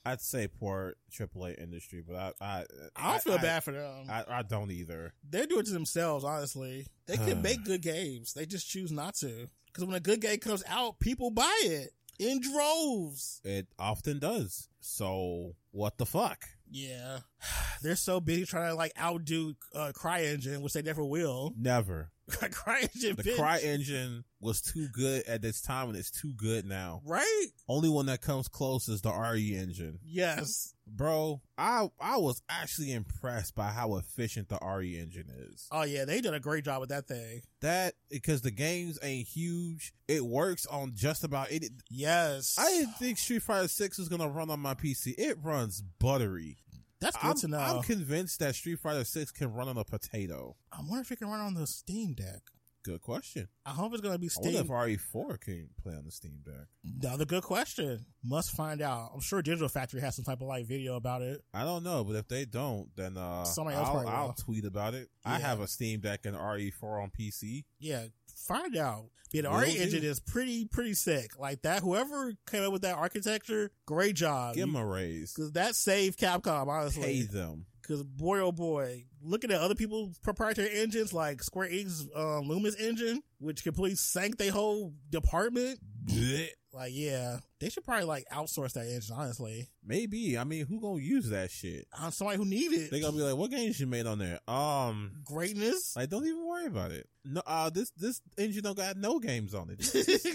Speaker 2: I'd say poor AAA industry, but I, I,
Speaker 3: I don't feel bad for them.
Speaker 2: I, I don't either.
Speaker 3: they're doing it to themselves, honestly. They can make good games. They just choose not to. Because when a good game comes out, people buy it in droves.
Speaker 2: It often does. So what the fuck?
Speaker 3: Yeah. They're so busy trying to like outdo uh, CryEngine, which they never will.
Speaker 2: Never.
Speaker 3: CryEngine,
Speaker 2: The
Speaker 3: bitch.
Speaker 2: Cry Engine was too good at this time, and it's too good now.
Speaker 3: right?
Speaker 2: Only one that comes close is the RE engine.
Speaker 3: Yes.
Speaker 2: Bro, I I was actually impressed by how efficient the RE engine is.
Speaker 3: Oh yeah, they did a great job with that thing.
Speaker 2: That because the games ain't huge, it works on just about it.
Speaker 3: Yes.
Speaker 2: I didn't think Street Fighter Six was gonna run on my PC. It runs buttery.
Speaker 3: That's good
Speaker 2: I'm,
Speaker 3: to know.
Speaker 2: I'm convinced that Street Fighter Six can run on a potato.
Speaker 3: I wonder if it can run on the Steam Deck.
Speaker 2: Good question.
Speaker 3: I hope it's gonna be
Speaker 2: I wonder
Speaker 3: Steam.
Speaker 2: if RE Four can play on the Steam Deck.
Speaker 3: Another good question. Must find out. I'm sure Digital Factory has some type of like video about it.
Speaker 2: I don't know, but if they don't, then uh,
Speaker 3: Somebody else
Speaker 2: I'll,
Speaker 3: probably
Speaker 2: I'll
Speaker 3: will.
Speaker 2: tweet about it. I
Speaker 3: Yeah.
Speaker 2: have a Steam Deck and RE4 on PC.
Speaker 3: Yeah, find out. Yeah, the
Speaker 2: Will
Speaker 3: RE
Speaker 2: do.
Speaker 3: engine is pretty pretty sick. Like that, whoever came up with that architecture, great job.
Speaker 2: Give them a raise.
Speaker 3: Because that saved Capcom,
Speaker 2: Pay
Speaker 3: honestly.
Speaker 2: them.
Speaker 3: Because boy, oh boy, looking at other people's proprietary engines like Square Enix um, Loomis engine, which completely sank their whole department.
Speaker 2: Blech.
Speaker 3: Like, yeah, they should probably like outsource that engine. Honestly,
Speaker 2: Maybe. I mean, who gonna use that shit?
Speaker 3: on somebody who needs it.
Speaker 2: They gonna be like, "What games you made on there?" Um,
Speaker 3: greatness.
Speaker 2: like, don't even worry about it. No, uh, this this engine don't got no games on it. Just,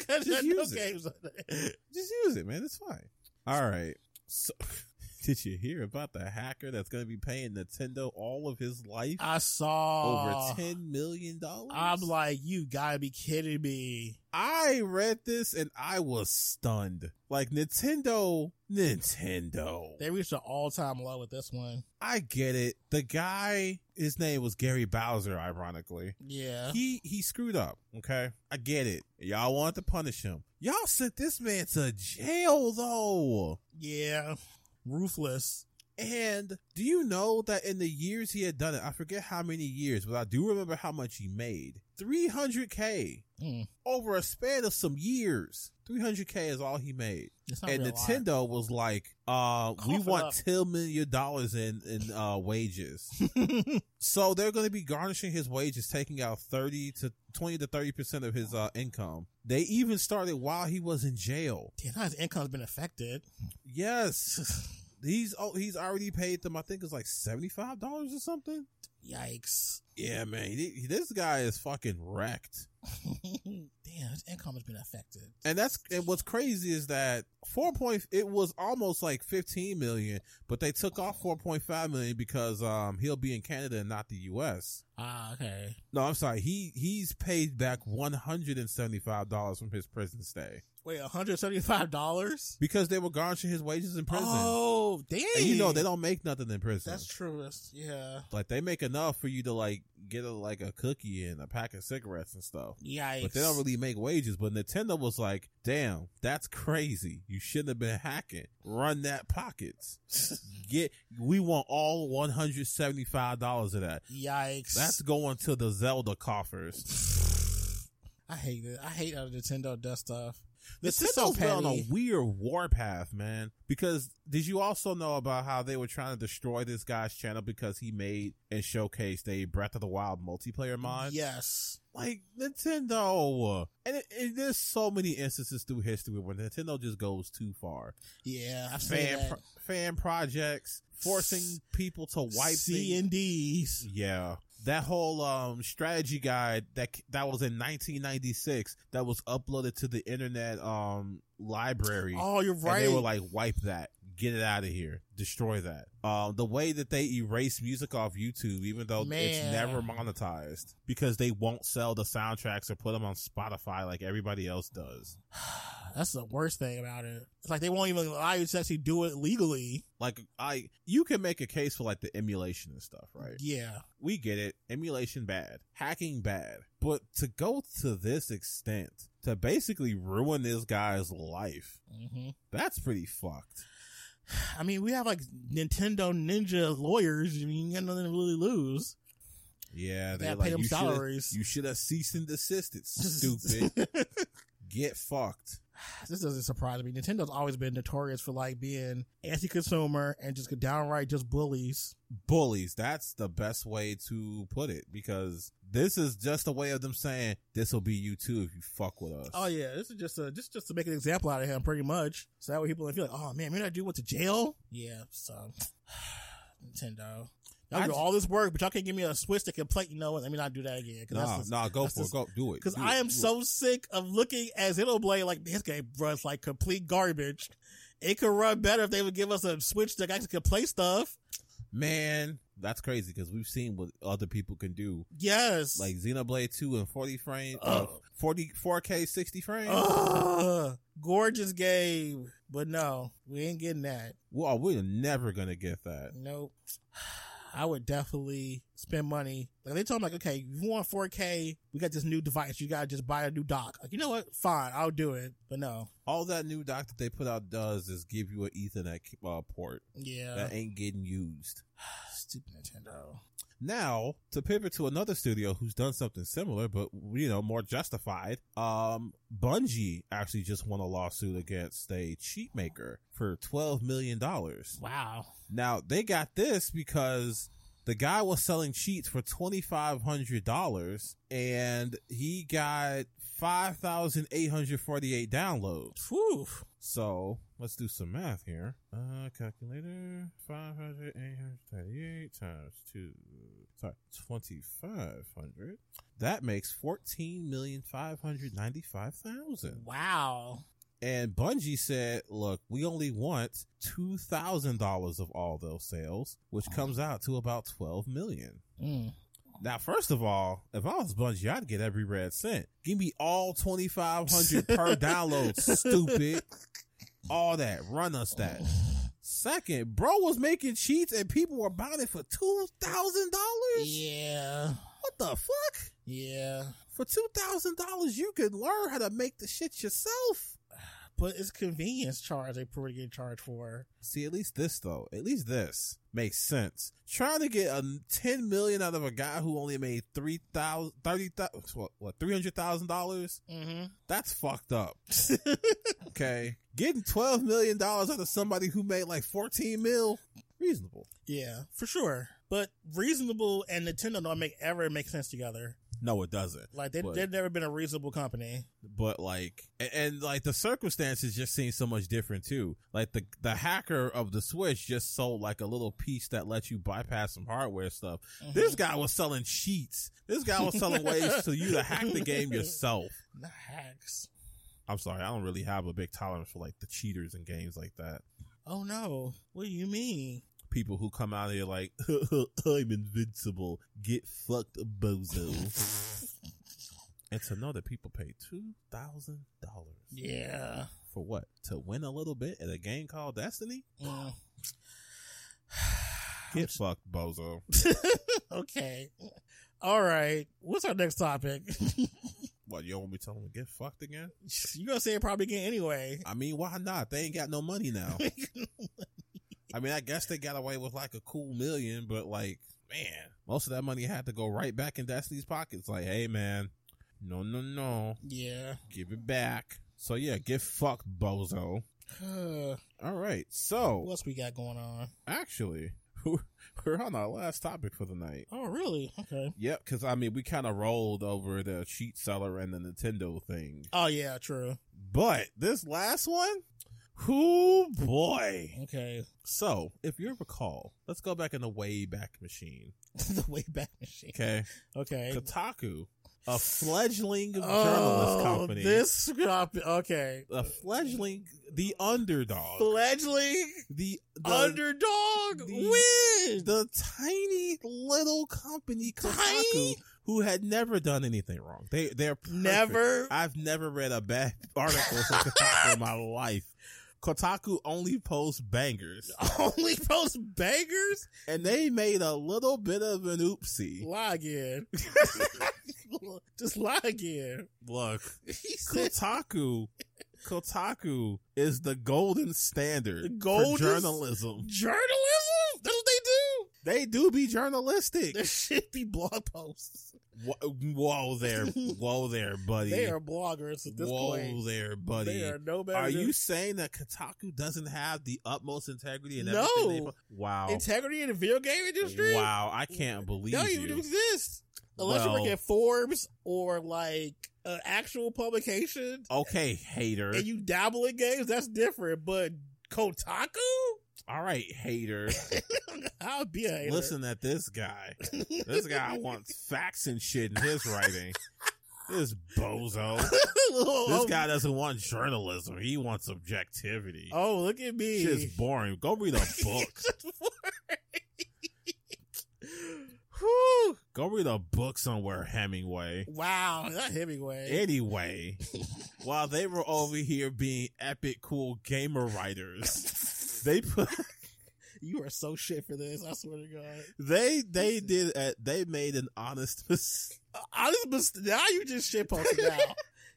Speaker 3: There's no
Speaker 2: use it.
Speaker 3: games on it.
Speaker 2: just use it, man. It's fine. All right. So, did you hear about the hacker that's gonna be paying Nintendo all of his life
Speaker 3: I saw
Speaker 2: over ten million dollars?
Speaker 3: Ah. I'm like, you gotta be kidding me.
Speaker 2: I read this and I was stunned. Like Nintendo, Nintendo.
Speaker 3: They reached an all time low with this one.
Speaker 2: I get it. The guy, his name was Gary Bowser, ironically.
Speaker 3: Yeah.
Speaker 2: He he screwed up. Okay, I get it. Y'all want to punish him. Y'all sent this man to jail though.
Speaker 3: Yeah. Ruthless.
Speaker 2: And do you know that in the years he had done it, I forget how many years, but I do remember how much he made. 300k
Speaker 3: Mm.
Speaker 2: over a span of some years. 300k is all he made.
Speaker 3: It's not
Speaker 2: and
Speaker 3: real
Speaker 2: Nintendo was like, uh, we
Speaker 3: Cough it
Speaker 2: want
Speaker 3: up.
Speaker 2: $10 million in, in uh, wages.
Speaker 3: life.
Speaker 2: So they're going to be garnishing his wages, taking out thirty to twenty to thirty percent of his uh, income. They even started while he was in jail.
Speaker 3: Damn, now his income's been affected.
Speaker 2: Yes, he's oh, he's already paid them. I think it's like seventy five dollars or something.
Speaker 3: Yikes.
Speaker 2: Yeah, man, he- this guy is fucking wrecked.
Speaker 3: Damn, his income has been affected.
Speaker 2: And that's and what's crazy is that four point it was almost like fifteen million, but they took off four point five million because um he'll be in Canada and not the U.S.
Speaker 3: Ah, okay.
Speaker 2: No, I'm sorry. He he's paid back one hundred and seventy five dollars from his prison stay
Speaker 3: Wait, $175?
Speaker 2: because they were garnishing his wages in prison.
Speaker 3: Oh, damn.
Speaker 2: and you know they don't make nothing in prison.
Speaker 3: That's true. That's, yeah.
Speaker 2: like they make enough for you to like get a like a cookie and a pack of cigarettes and stuff.
Speaker 3: Yikes.
Speaker 2: But they don't really make wages. But Nintendo was like, "Damn, that's crazy. You shouldn't have been hacking. Run that pockets. Get. We want all one hundred seventy five dollars of that.
Speaker 3: Yikes.
Speaker 2: That's going to the Zelda coffers."
Speaker 3: I hate it. I hate how Nintendo does stuff. This is so
Speaker 2: Nintendo's been on a
Speaker 3: petty.
Speaker 2: weird warpath, man. Because did you also know about how they were trying to destroy this guy's channel because he made and showcased a Breath of the Wild multiplayer mod?
Speaker 3: Yes.
Speaker 2: Like Nintendo, and it, it, there's so many instances through history where Nintendo just goes too far.
Speaker 3: Yeah, I've seen
Speaker 2: Fan
Speaker 3: that.
Speaker 2: pro- fan projects forcing people to wipe
Speaker 3: C
Speaker 2: things-
Speaker 3: and D's.
Speaker 2: yeah. That whole um strategy guide that that was in 1996 that was uploaded to the internet um library.
Speaker 3: Oh, you're right.
Speaker 2: And they were like, wipe that, get it out of here, destroy that. Um, the way that they erase music off YouTube, even though
Speaker 3: Man.
Speaker 2: it's never monetized, because they won't sell the soundtracks or put them on Spotify like everybody else does.
Speaker 3: That's the worst thing about it. It's like they won't even allow you to actually do it legally.
Speaker 2: Like I, you can make a case for like the emulation and stuff, right?
Speaker 3: Yeah.
Speaker 2: we get it. Emulation bad, hacking bad, but to go to this extent to basically ruin this guy's life,
Speaker 3: hmm
Speaker 2: that's pretty fucked.
Speaker 3: I mean, we have like Nintendo Ninja lawyers. I mean, you got nothing to really lose.
Speaker 2: Yeah,
Speaker 3: They
Speaker 2: they're
Speaker 3: gotta
Speaker 2: like
Speaker 3: pay them
Speaker 2: you should
Speaker 3: salaries.
Speaker 2: you should have ceased and desisted. Stupid, get fucked.
Speaker 3: this doesn't surprise me. Nintendo's always been notorious for like being anti-consumer and just downright just bullies.
Speaker 2: Bullies. That's the best way to put it because this is just a way of them saying this will be you too if you fuck with us.
Speaker 3: Oh yeah, this is just a just just to make an example out of him, pretty much. So that way people don't feel like, oh man, maybe that dude went to jail. Yeah, so Nintendo. Y'all
Speaker 2: I
Speaker 3: do
Speaker 2: ju-
Speaker 3: all this work, but y'all can't give me a Switch that can play. You know what? Let me not do that again.
Speaker 2: Nah, nah, go
Speaker 3: that's
Speaker 2: for it.
Speaker 3: just-
Speaker 2: Go do it.
Speaker 3: Because
Speaker 2: Do
Speaker 3: I
Speaker 2: it,
Speaker 3: am
Speaker 2: do it.
Speaker 3: so sick of looking at Xenoblade like this game runs like complete garbage. It could run better if they would give us a Switch that actually could play stuff.
Speaker 2: man. That's crazy because we've seen what other people can do
Speaker 3: Yes.
Speaker 2: like Xenoblade 2 and 40 frames, uh,
Speaker 3: Ugh.
Speaker 2: 40, 4K 60 frames.
Speaker 3: Ugh, gorgeous game. But no, we ain't getting that.
Speaker 2: Well, uh, we're never gonna get that.
Speaker 3: Nope. I would definitely spend money. Like they told me, like, okay, if you want 4K, we got this new device. You gotta just buy a new dock. Like, you know what? Fine, I'll do it. But no,
Speaker 2: All that new dock that they put out does is give you an Ethernet uh, port
Speaker 3: yeah,
Speaker 2: that ain't getting used.
Speaker 3: stupid Nintendo.
Speaker 2: Now to pivot to another studio who's done something similar, but you know more justified. Um, Bungie actually just won a lawsuit against a cheat maker for twelve million dollars.
Speaker 3: Wow.
Speaker 2: Now they got this because the guy was selling cheats for twenty five hundred dollars, and he got five thousand eight hundred forty eight downloads.
Speaker 3: Whew.
Speaker 2: So let's do some math here. Uh, calculator five hundred eight hundred thirty eight times two. Sorry, twenty five hundred. That makes fourteen million five hundred ninety five thousand.
Speaker 3: Wow.
Speaker 2: And Bungie said, look, we only want $2,000 of all those sales, which comes out to about 12 million.
Speaker 3: Mm.
Speaker 2: Now, first of all, if I was Bungie, I'd get every red cent. Give me all 2,500 per download, stupid. All that. Run us that.
Speaker 3: Oh.
Speaker 2: Second, bro was making cheats and people were buying it for $2,000?
Speaker 3: Yeah.
Speaker 2: What the fuck?
Speaker 3: Yeah.
Speaker 2: For $2,000, you could learn how to make the shit yourself.
Speaker 3: But it's convenience charge they probably get charged for.
Speaker 2: See, at least this though, at least this makes sense. Trying to get a ten million out of a guy who only made three thousand, thirty thousand, what, what three hundred thousand dollars?
Speaker 3: Mm-hmm.
Speaker 2: That's fucked up. okay, getting twelve million dollars out of somebody who made like fourteen mil, reasonable.
Speaker 3: Yeah, for sure. But reasonable and Nintendo don't make ever make sense together.
Speaker 2: No, it doesn't.
Speaker 3: Like they,
Speaker 2: But-
Speaker 3: they've never been a reasonable company.
Speaker 2: but like and, and like the circumstances just seem so much different too like the the hacker of the switch just sold like a little piece that lets you bypass some hardware stuff this guy was selling cheats this guy was selling ways to you to hack the game yourself
Speaker 3: Mm-hmm. Not hacks.
Speaker 2: i'm sorry i don't really have a big tolerance for like the cheaters and games like that
Speaker 3: Oh no. What do you mean?
Speaker 2: people who come out here like i'm invincible get fucked bozo and to know that people pay $2000
Speaker 3: yeah.
Speaker 2: for what? To win a little bit at a game called Destiny?
Speaker 3: Mm.
Speaker 2: Get fucked, bozo.
Speaker 3: okay. All right. What's our next topic?
Speaker 2: What, you don't want me telling them to get fucked again?
Speaker 3: You're gonna say it probably again anyway.
Speaker 2: I mean, why not? They ain't got no money now. I mean, I guess they got away with like a cool million, but like, man, most of that money had to go right back in Destiny's pockets. Like, hey, man, no, no, no,
Speaker 3: yeah.
Speaker 2: give it back. So yeah, get fucked, bozo.
Speaker 3: Uh,
Speaker 2: All right. So
Speaker 3: what else we got going on?
Speaker 2: actually, we're on our last topic for the night.
Speaker 3: Oh, really? Okay.
Speaker 2: Yep, because I mean, we kind of rolled over the cheat seller and the Nintendo thing,
Speaker 3: Oh yeah, true.
Speaker 2: but this last one, whoo boy!
Speaker 3: Okay,
Speaker 2: So, if you recall, let's go back in the way back machine.
Speaker 3: the way back machine.
Speaker 2: Okay,
Speaker 3: Okay.
Speaker 2: Kotaku, a fledgling
Speaker 3: Oh,
Speaker 2: journalist company,
Speaker 3: This comp- okay.
Speaker 2: a fledgling, the underdog,
Speaker 3: Fledgling
Speaker 2: the, the
Speaker 3: underdog win.
Speaker 2: the tiny little company Kotaku,
Speaker 3: Tiny?
Speaker 2: who had never done anything wrong. They they're perfect.
Speaker 3: Never.
Speaker 2: I've never read a bad article from Kotaku in my life. Kotaku only posts bangers,
Speaker 3: only post bangers.
Speaker 2: and they made a little bit of an oopsie.
Speaker 3: Lie again. Just lie again.
Speaker 2: Look,
Speaker 3: He said
Speaker 2: Kotaku, Kotaku is the golden standard for
Speaker 3: Golden-
Speaker 2: journalism.
Speaker 3: journalism. That's what they
Speaker 2: They do be
Speaker 3: do. There
Speaker 2: journalistic.
Speaker 3: should be blog posts.
Speaker 2: Whoa, whoa there, whoa there, buddy.
Speaker 3: They are bloggers at this
Speaker 2: Whoa
Speaker 3: point.
Speaker 2: there, buddy.
Speaker 3: They are no better.
Speaker 2: are
Speaker 3: than-
Speaker 2: you saying that Kotaku doesn't have the utmost integrity in
Speaker 3: No.
Speaker 2: everything? They... po- Wow.
Speaker 3: integrity in the video game industry?
Speaker 2: Wow, I can't believe
Speaker 3: They don't
Speaker 2: you.
Speaker 3: even exist unless you
Speaker 2: Well-
Speaker 3: work at Forbes or like an actual publication
Speaker 2: Okay, hater.
Speaker 3: and you dabble in games. That's different. But Kotaku,
Speaker 2: All right, hater.
Speaker 3: I'll be a hater.
Speaker 2: Listen at this guy. This guy wants facts and shit in his writing. This bozo. This
Speaker 3: oh,
Speaker 2: guy doesn't want journalism. He wants objectivity.
Speaker 3: Oh, look at me.
Speaker 2: Shit's boring. Go read a book.
Speaker 3: Whew.
Speaker 2: Go read a book somewhere, Hemingway.
Speaker 3: Wow, that
Speaker 2: Eh.
Speaker 3: Hemingway.
Speaker 2: Anyway, while they were over here being epic cool gamer writers, they put
Speaker 3: you are so shit for this. I swear to God.
Speaker 2: they they did a, they made an honest mis-
Speaker 3: Uh, Honest mistake. Now you just shit posting now.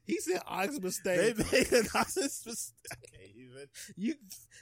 Speaker 3: He said honest
Speaker 2: they
Speaker 3: mistake.
Speaker 2: made an honest mis- I can't even.
Speaker 3: You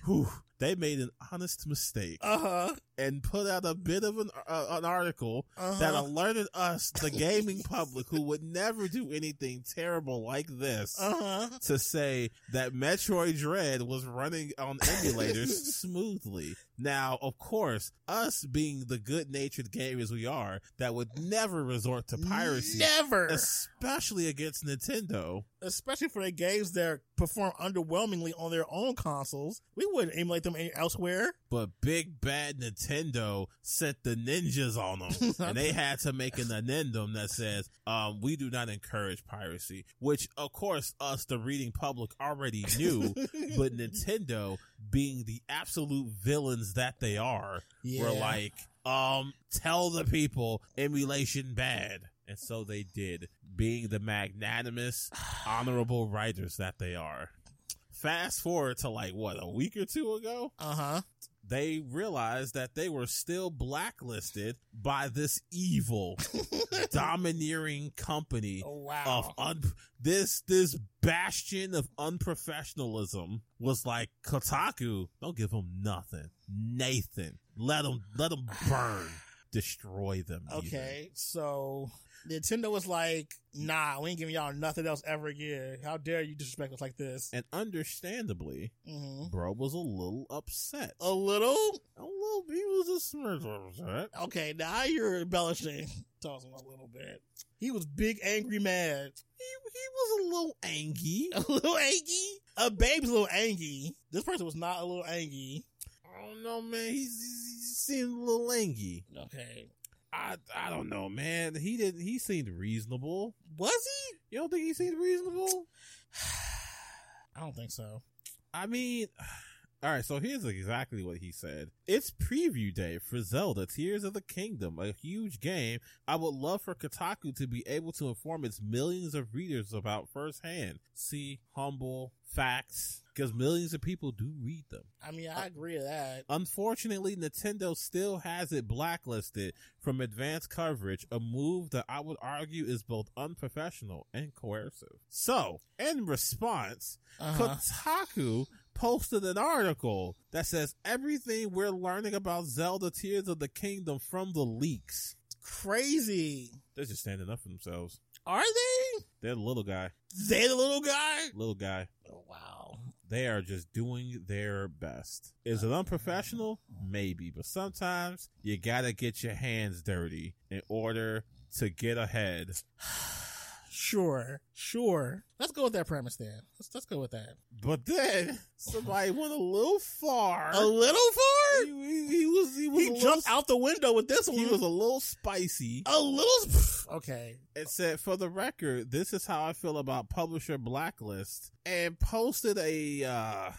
Speaker 2: Whew. they made an honest mistake
Speaker 3: uh huh
Speaker 2: and put out a bit of an uh, an article
Speaker 3: uh
Speaker 2: that
Speaker 3: huh
Speaker 2: alerted us the gaming public who would never do anything terrible like this.
Speaker 3: uh huh.
Speaker 2: to say that Metroid Dread was running on emulators smoothly. Now, of course, us being the good natured gamers we are, that would never resort to piracy,
Speaker 3: Never.
Speaker 2: especially against Nintendo.
Speaker 3: Especially for the games that perform underwhelmingly on their own consoles. We wouldn't emulate them any- elsewhere.
Speaker 2: But big bad Nintendo sent the ninjas on them, and they had to make an addendum that says, um, "We do not encourage piracy," which, of course, us the reading public already knew. but Nintendo, being the absolute villains that they are,
Speaker 3: yeah.
Speaker 2: were like, um, tell the people emulation bad. And so they did, being the magnanimous, honorable writers that they are. Fast forward to like, what, a week or two ago?
Speaker 3: uh huh.
Speaker 2: They realized that they were still blacklisted by this evil, domineering company
Speaker 3: Oh, wow.
Speaker 2: of un- this this bastion of unprofessionalism was like Kotaku. Don't give him nothing, Nathan. Let him let him burn, destroy them. even.
Speaker 3: Okay, so Nintendo was like, "Nah, we ain't giving y'all nothing else ever again. How dare you disrespect us like this?"
Speaker 2: and understandably,
Speaker 3: hmm
Speaker 2: bro was a little upset.
Speaker 3: A little.
Speaker 2: A little, he was a smidge upset.
Speaker 3: Okay, now you're embellishing. Toss him a little bit. He was big, angry, mad.
Speaker 2: He, he was a little angry.
Speaker 3: A little angry. A babe's a little angry. This person was not a little angry.
Speaker 2: I don't know, man. He's, he seemed a little angry.
Speaker 3: Okay,
Speaker 2: I I don't know, man. He didn't. He seemed reasonable.
Speaker 3: was
Speaker 2: You don't think he seemed reasonable?
Speaker 3: he? I don't think so.
Speaker 2: I mean, all right, so here's exactly what he said. It's preview day for Zelda Tears of the Kingdom, a huge game I would love for Kotaku to be able to inform its millions of readers about firsthand. See humble facts, because millions of people do read them.
Speaker 3: I mean, I agree with that.
Speaker 2: Unfortunately, Nintendo still has it blacklisted from advanced coverage, a move that I would argue is both unprofessional and coercive. So, in response,
Speaker 3: Uh-huh.
Speaker 2: Kotaku posted an article that says everything we're learning about Zelda Tears of the Kingdom from the leaks.
Speaker 3: Crazy.
Speaker 2: They're just standing up for themselves.
Speaker 3: Are they?
Speaker 2: They're the little guy.
Speaker 3: They the little guy.
Speaker 2: Little guy.
Speaker 3: Oh, wow.
Speaker 2: They are just doing their best. Is it unprofessional? Maybe, but sometimes you gotta get your hands dirty in order to get ahead.
Speaker 3: Sure, sure. Let's go with that premise then. Let's let's go with that.
Speaker 2: But then somebody went a little far.
Speaker 3: A little far.
Speaker 2: He, he- he was he was
Speaker 3: He
Speaker 2: a
Speaker 3: jumped out the window with this
Speaker 2: little,
Speaker 3: one.
Speaker 2: he was a little spicy.
Speaker 3: a little. Okay.
Speaker 2: It said, for the record, this is how I feel about publisher blacklist, and posted a uh,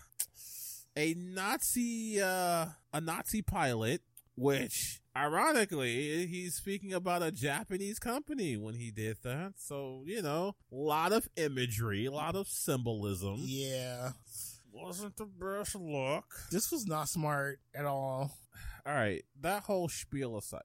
Speaker 2: a Nazi uh, a Nazi pilot, which ironically he's speaking about a Japanese company when he did that. So you know, a lot of imagery, a lot of symbolism.
Speaker 3: Yeah.
Speaker 2: Wasn't the best look.
Speaker 3: This was not smart at all.
Speaker 2: All right, that whole spiel is like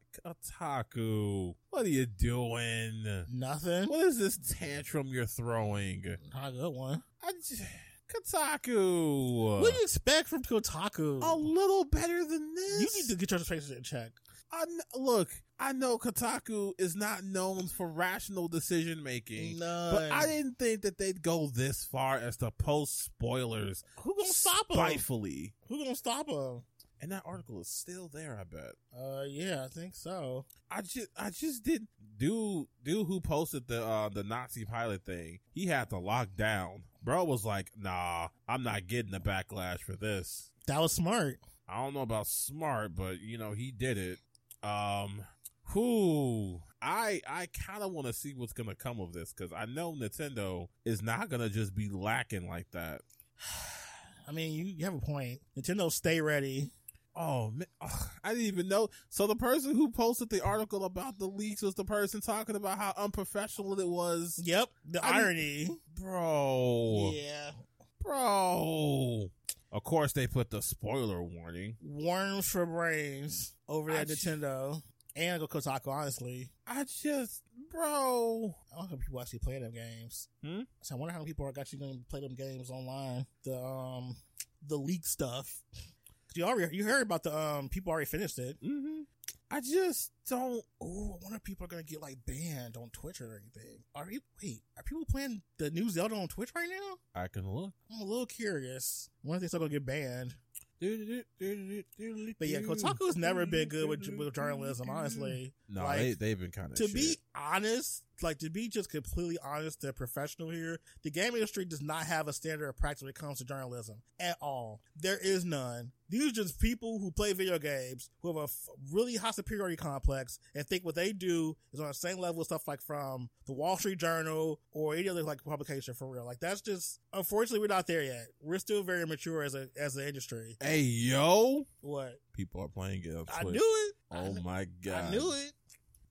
Speaker 2: otaku. What are you doing?
Speaker 3: Nothing.
Speaker 2: What is this tantrum you're throwing?
Speaker 3: Not a good one.
Speaker 2: I j- Kotaku.
Speaker 3: what do you expect from Kotaku?
Speaker 2: a little better than
Speaker 3: you
Speaker 2: this.
Speaker 3: need to get your spaces in check.
Speaker 2: I kn- look, I know Kotaku is not known for rational decision making,
Speaker 3: No.
Speaker 2: but I didn't think that they'd go this far as to post spoilers
Speaker 3: Who gonna stop him?
Speaker 2: spitefully.
Speaker 3: Who gonna stop him?
Speaker 2: And that article is still there, I bet.
Speaker 3: Uh, yeah, I think so.
Speaker 2: I just, I just didn't. Dude, dude, who posted the uh, the Nazi pilot thing? He had to lock down. Bro was like, "Nah, I'm not getting the backlash for this."
Speaker 3: That was smart.
Speaker 2: I don't know about smart, but you know he did it. Um, who I I kind of want to see what's gonna come of this because I know Nintendo is not gonna just be lacking like that.
Speaker 3: I mean, you, you have a point. Nintendo, stay ready.
Speaker 2: Oh, man, I didn't even know. So the person who posted the article about the leaks was the person talking about how unprofessional it was,
Speaker 3: Yep, the
Speaker 2: I mean-
Speaker 3: irony.
Speaker 2: bro.
Speaker 3: Yeah,
Speaker 2: Bro. Of course, they put the spoiler warning.
Speaker 3: worms for brains over
Speaker 2: I
Speaker 3: at
Speaker 2: just-
Speaker 3: Nintendo and Kotaku. Honestly,
Speaker 2: I just, bro.
Speaker 3: I don't know how people actually play them games.
Speaker 2: Hmm?
Speaker 3: So I wonder how many people are actually going to play them games online. The um, the leak stuff. 'Cause You already you heard about the um people already finished it.
Speaker 2: hmm I just don't.
Speaker 3: Oh, I wonder if people are gonna get like banned on Twitch or anything. Are you wait? Are people playing the new Zelda on Twitch right now?
Speaker 2: I can look.
Speaker 3: I'm a little curious. I wonder if they're still gonna get banned. But yeah, Kotaku's never been good with, with journalism, honestly.
Speaker 2: No,
Speaker 3: Like,
Speaker 2: they they've been kind of
Speaker 3: To be honest, like to be just completely honest and professional here, the game industry does not have a standard of practice when it comes to journalism at all. There is none. These are just people who play video games who have a f- really high superiority complex and think what they do is on the same level as stuff like from the Wall Street Journal or any other like publication for real. Like that's just unfortunately we're not there yet. We're still very immature as a as an industry.
Speaker 2: Hey yo,
Speaker 3: What
Speaker 2: people are playing it on Twitch.
Speaker 3: I knew it. I
Speaker 2: Oh
Speaker 3: kn-
Speaker 2: my god,
Speaker 3: I knew it.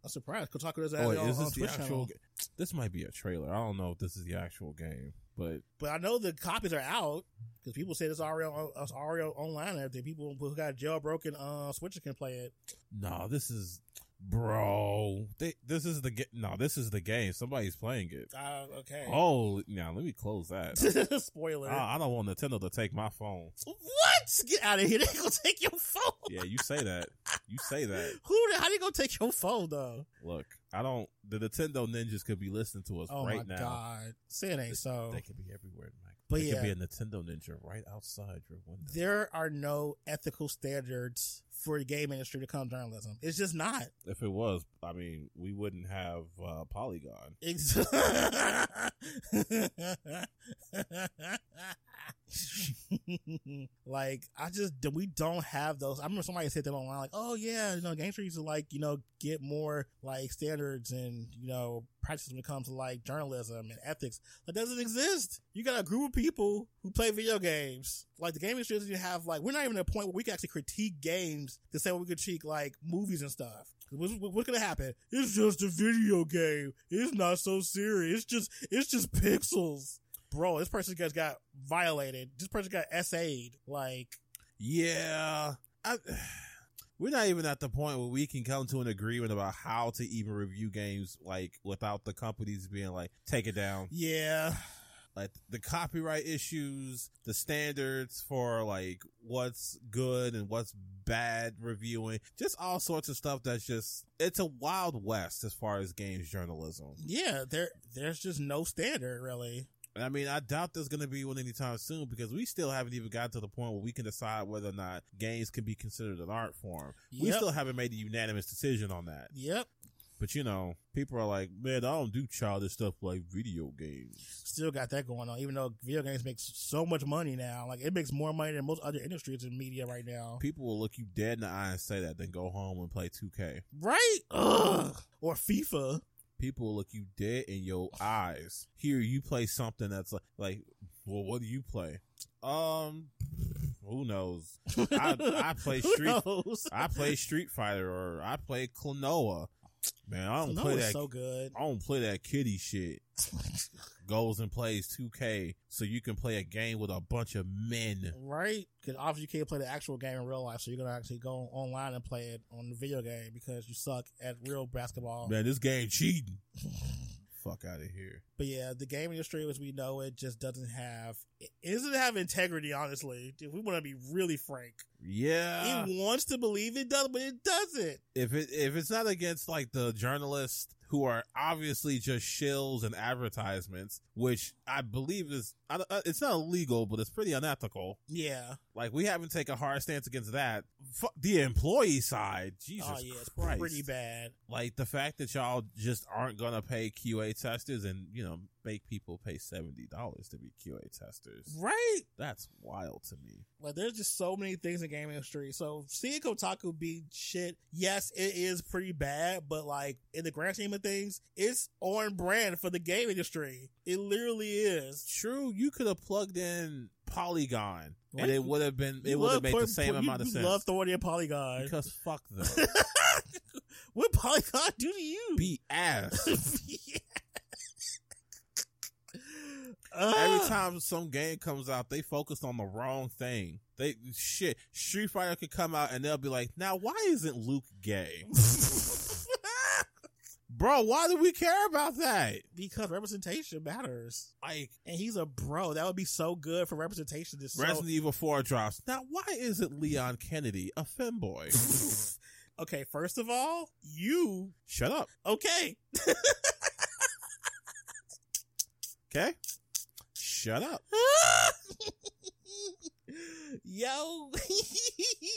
Speaker 3: I'm surprised. Kotaku doesn't have
Speaker 2: Oh,
Speaker 3: it on,
Speaker 2: is
Speaker 3: on
Speaker 2: this the
Speaker 3: Twitch
Speaker 2: actual?
Speaker 3: channel.
Speaker 2: ga- This might be a trailer. I don't know if this is the actual game, but
Speaker 3: But I know the copies are out because people said it's already, on, it's already online and everything. People who got jailbroken uh, Switches can play it.
Speaker 2: no, this is bro. They, this is the ga- no, this is the game. Somebody's playing it.
Speaker 3: Uh, okay.
Speaker 2: Oh, Ah. now let me close that.
Speaker 3: Spoiler.
Speaker 2: I, I don't want Nintendo to take my phone.
Speaker 3: what? Get out of here. They going to take your phone.
Speaker 2: Yeah, you say that. You say that.
Speaker 3: Who? the- How they going to take your phone, though?
Speaker 2: Look, I don't. The Nintendo ninjas could be listening to us
Speaker 3: Oh, my
Speaker 2: right now.
Speaker 3: God. Say it ain't so.
Speaker 2: They could be everywhere, Mike.
Speaker 3: But
Speaker 2: they
Speaker 3: yeah.
Speaker 2: could be a Nintendo ninja right outside your window.
Speaker 3: There are no ethical standards for the game industry to come journalism. It's just not.
Speaker 2: if it was, I mean, we wouldn't have uh, Polygon.
Speaker 3: Ex- like I just do- we don't have those. I remember somebody said that online, like, "Oh yeah, you know, game streets to like you know get more like standards and you know practices when it comes to like journalism and ethics." That doesn't exist. You got a group of people who play video games. Like the game industry doesn't even have like we're not even at a point where we can actually critique games to say what we critique like movies and stuff. What's, what's gonna happen? It's just a video game. It's not so serious. It's just it's just pixels. Bro, this person just got violated. This person got SA'd. Like,
Speaker 2: Yeah, I, we're not even at the point where we can come to an agreement about how to even review games like without the companies being like, take it down.
Speaker 3: yeah.
Speaker 2: like the copyright issues, the standards for like what's good and what's bad reviewing, just all sorts of stuff that's just it's a wild west as far as games journalism.
Speaker 3: Yeah, there there's just no standard really.
Speaker 2: And I mean, I doubt there's going to be one anytime soon because we still haven't even gotten to the point where we can decide whether or not games can be considered an art form. We
Speaker 3: Yep.
Speaker 2: still haven't made a unanimous decision on that.
Speaker 3: Yep.
Speaker 2: But you know, people are like, man, I don't do childish stuff like video games.
Speaker 3: Still got that going on, even though video games make so much money now. Like it makes more money than most other industries in media right now.
Speaker 2: People will look you dead in the eye and say that, then go home and play 2K.
Speaker 3: Right? Ugh. Or FIFA.
Speaker 2: People will look you dead in your eyes. Here, you play something that's like, like, well, what do you play? Um, who knows? I, I play
Speaker 3: Who
Speaker 2: Street
Speaker 3: knows?
Speaker 2: I play Street Fighter or I play Klonoa. Man, I don't
Speaker 3: That
Speaker 2: play
Speaker 3: was
Speaker 2: that.
Speaker 3: so good.
Speaker 2: I don't play that kitty shit. Goes and plays 2K so you can play a game with a bunch of men.
Speaker 3: Right? Because obviously you can't play the actual game in real life, so you're gonna actually go online and play it on the video game because you suck at real basketball.
Speaker 2: Man, this game cheating. Fuck out of here.
Speaker 3: But yeah, the game industry as we know it just doesn't have it doesn't have integrity. Honestly, Dude, we want to be really frank.
Speaker 2: Yeah.
Speaker 3: it wants to believe it does, but it doesn't.
Speaker 2: If it if it's not against like the journalists who are obviously just shills and advertisements, which I believe is I, don't- uh, it's not illegal, but it's pretty unethical.
Speaker 3: Yeah.
Speaker 2: Like we haven't taken a hard stance against that. Fuck the employee side, Jesus
Speaker 3: oh yeah, it's
Speaker 2: Christ!
Speaker 3: pretty bad.
Speaker 2: Like the fact that y'all just aren't gonna pay QA testers and you know make people pay seventy dollars to be QA testers.
Speaker 3: Right?
Speaker 2: That's wild to me.
Speaker 3: Like there's just so many things in game industry. So seeing Kotaku be shit, yes, it is pretty bad, but like in the grand scheme of things, it's on brand for the game industry. It literally is.
Speaker 2: True, you could have plugged in Polygon
Speaker 3: What?
Speaker 2: and it would have been it
Speaker 3: You
Speaker 2: would
Speaker 3: love
Speaker 2: have made
Speaker 3: put-
Speaker 2: the same
Speaker 3: you-
Speaker 2: amount of
Speaker 3: you
Speaker 2: sense.
Speaker 3: Love throwing in Polygon.
Speaker 2: because fuck them,
Speaker 3: what Polygon do to you?
Speaker 2: be ass.
Speaker 3: Uh,
Speaker 2: Every time some game comes out, they focus on the wrong thing. They shit. Street Fighter could come out and they'll be like, "Now, why isn't Luke gay, bro? Why do we care about that?"
Speaker 3: because representation matters.
Speaker 2: Like
Speaker 3: And he's a bro. That would be so good for representation. Just so-
Speaker 2: Resident Evil Four drops. Now, why isn't Leon Kennedy a femboy?
Speaker 3: okay, first of all, you
Speaker 2: Shut up.
Speaker 3: okay?
Speaker 2: Okay. Shut up.
Speaker 3: Yo,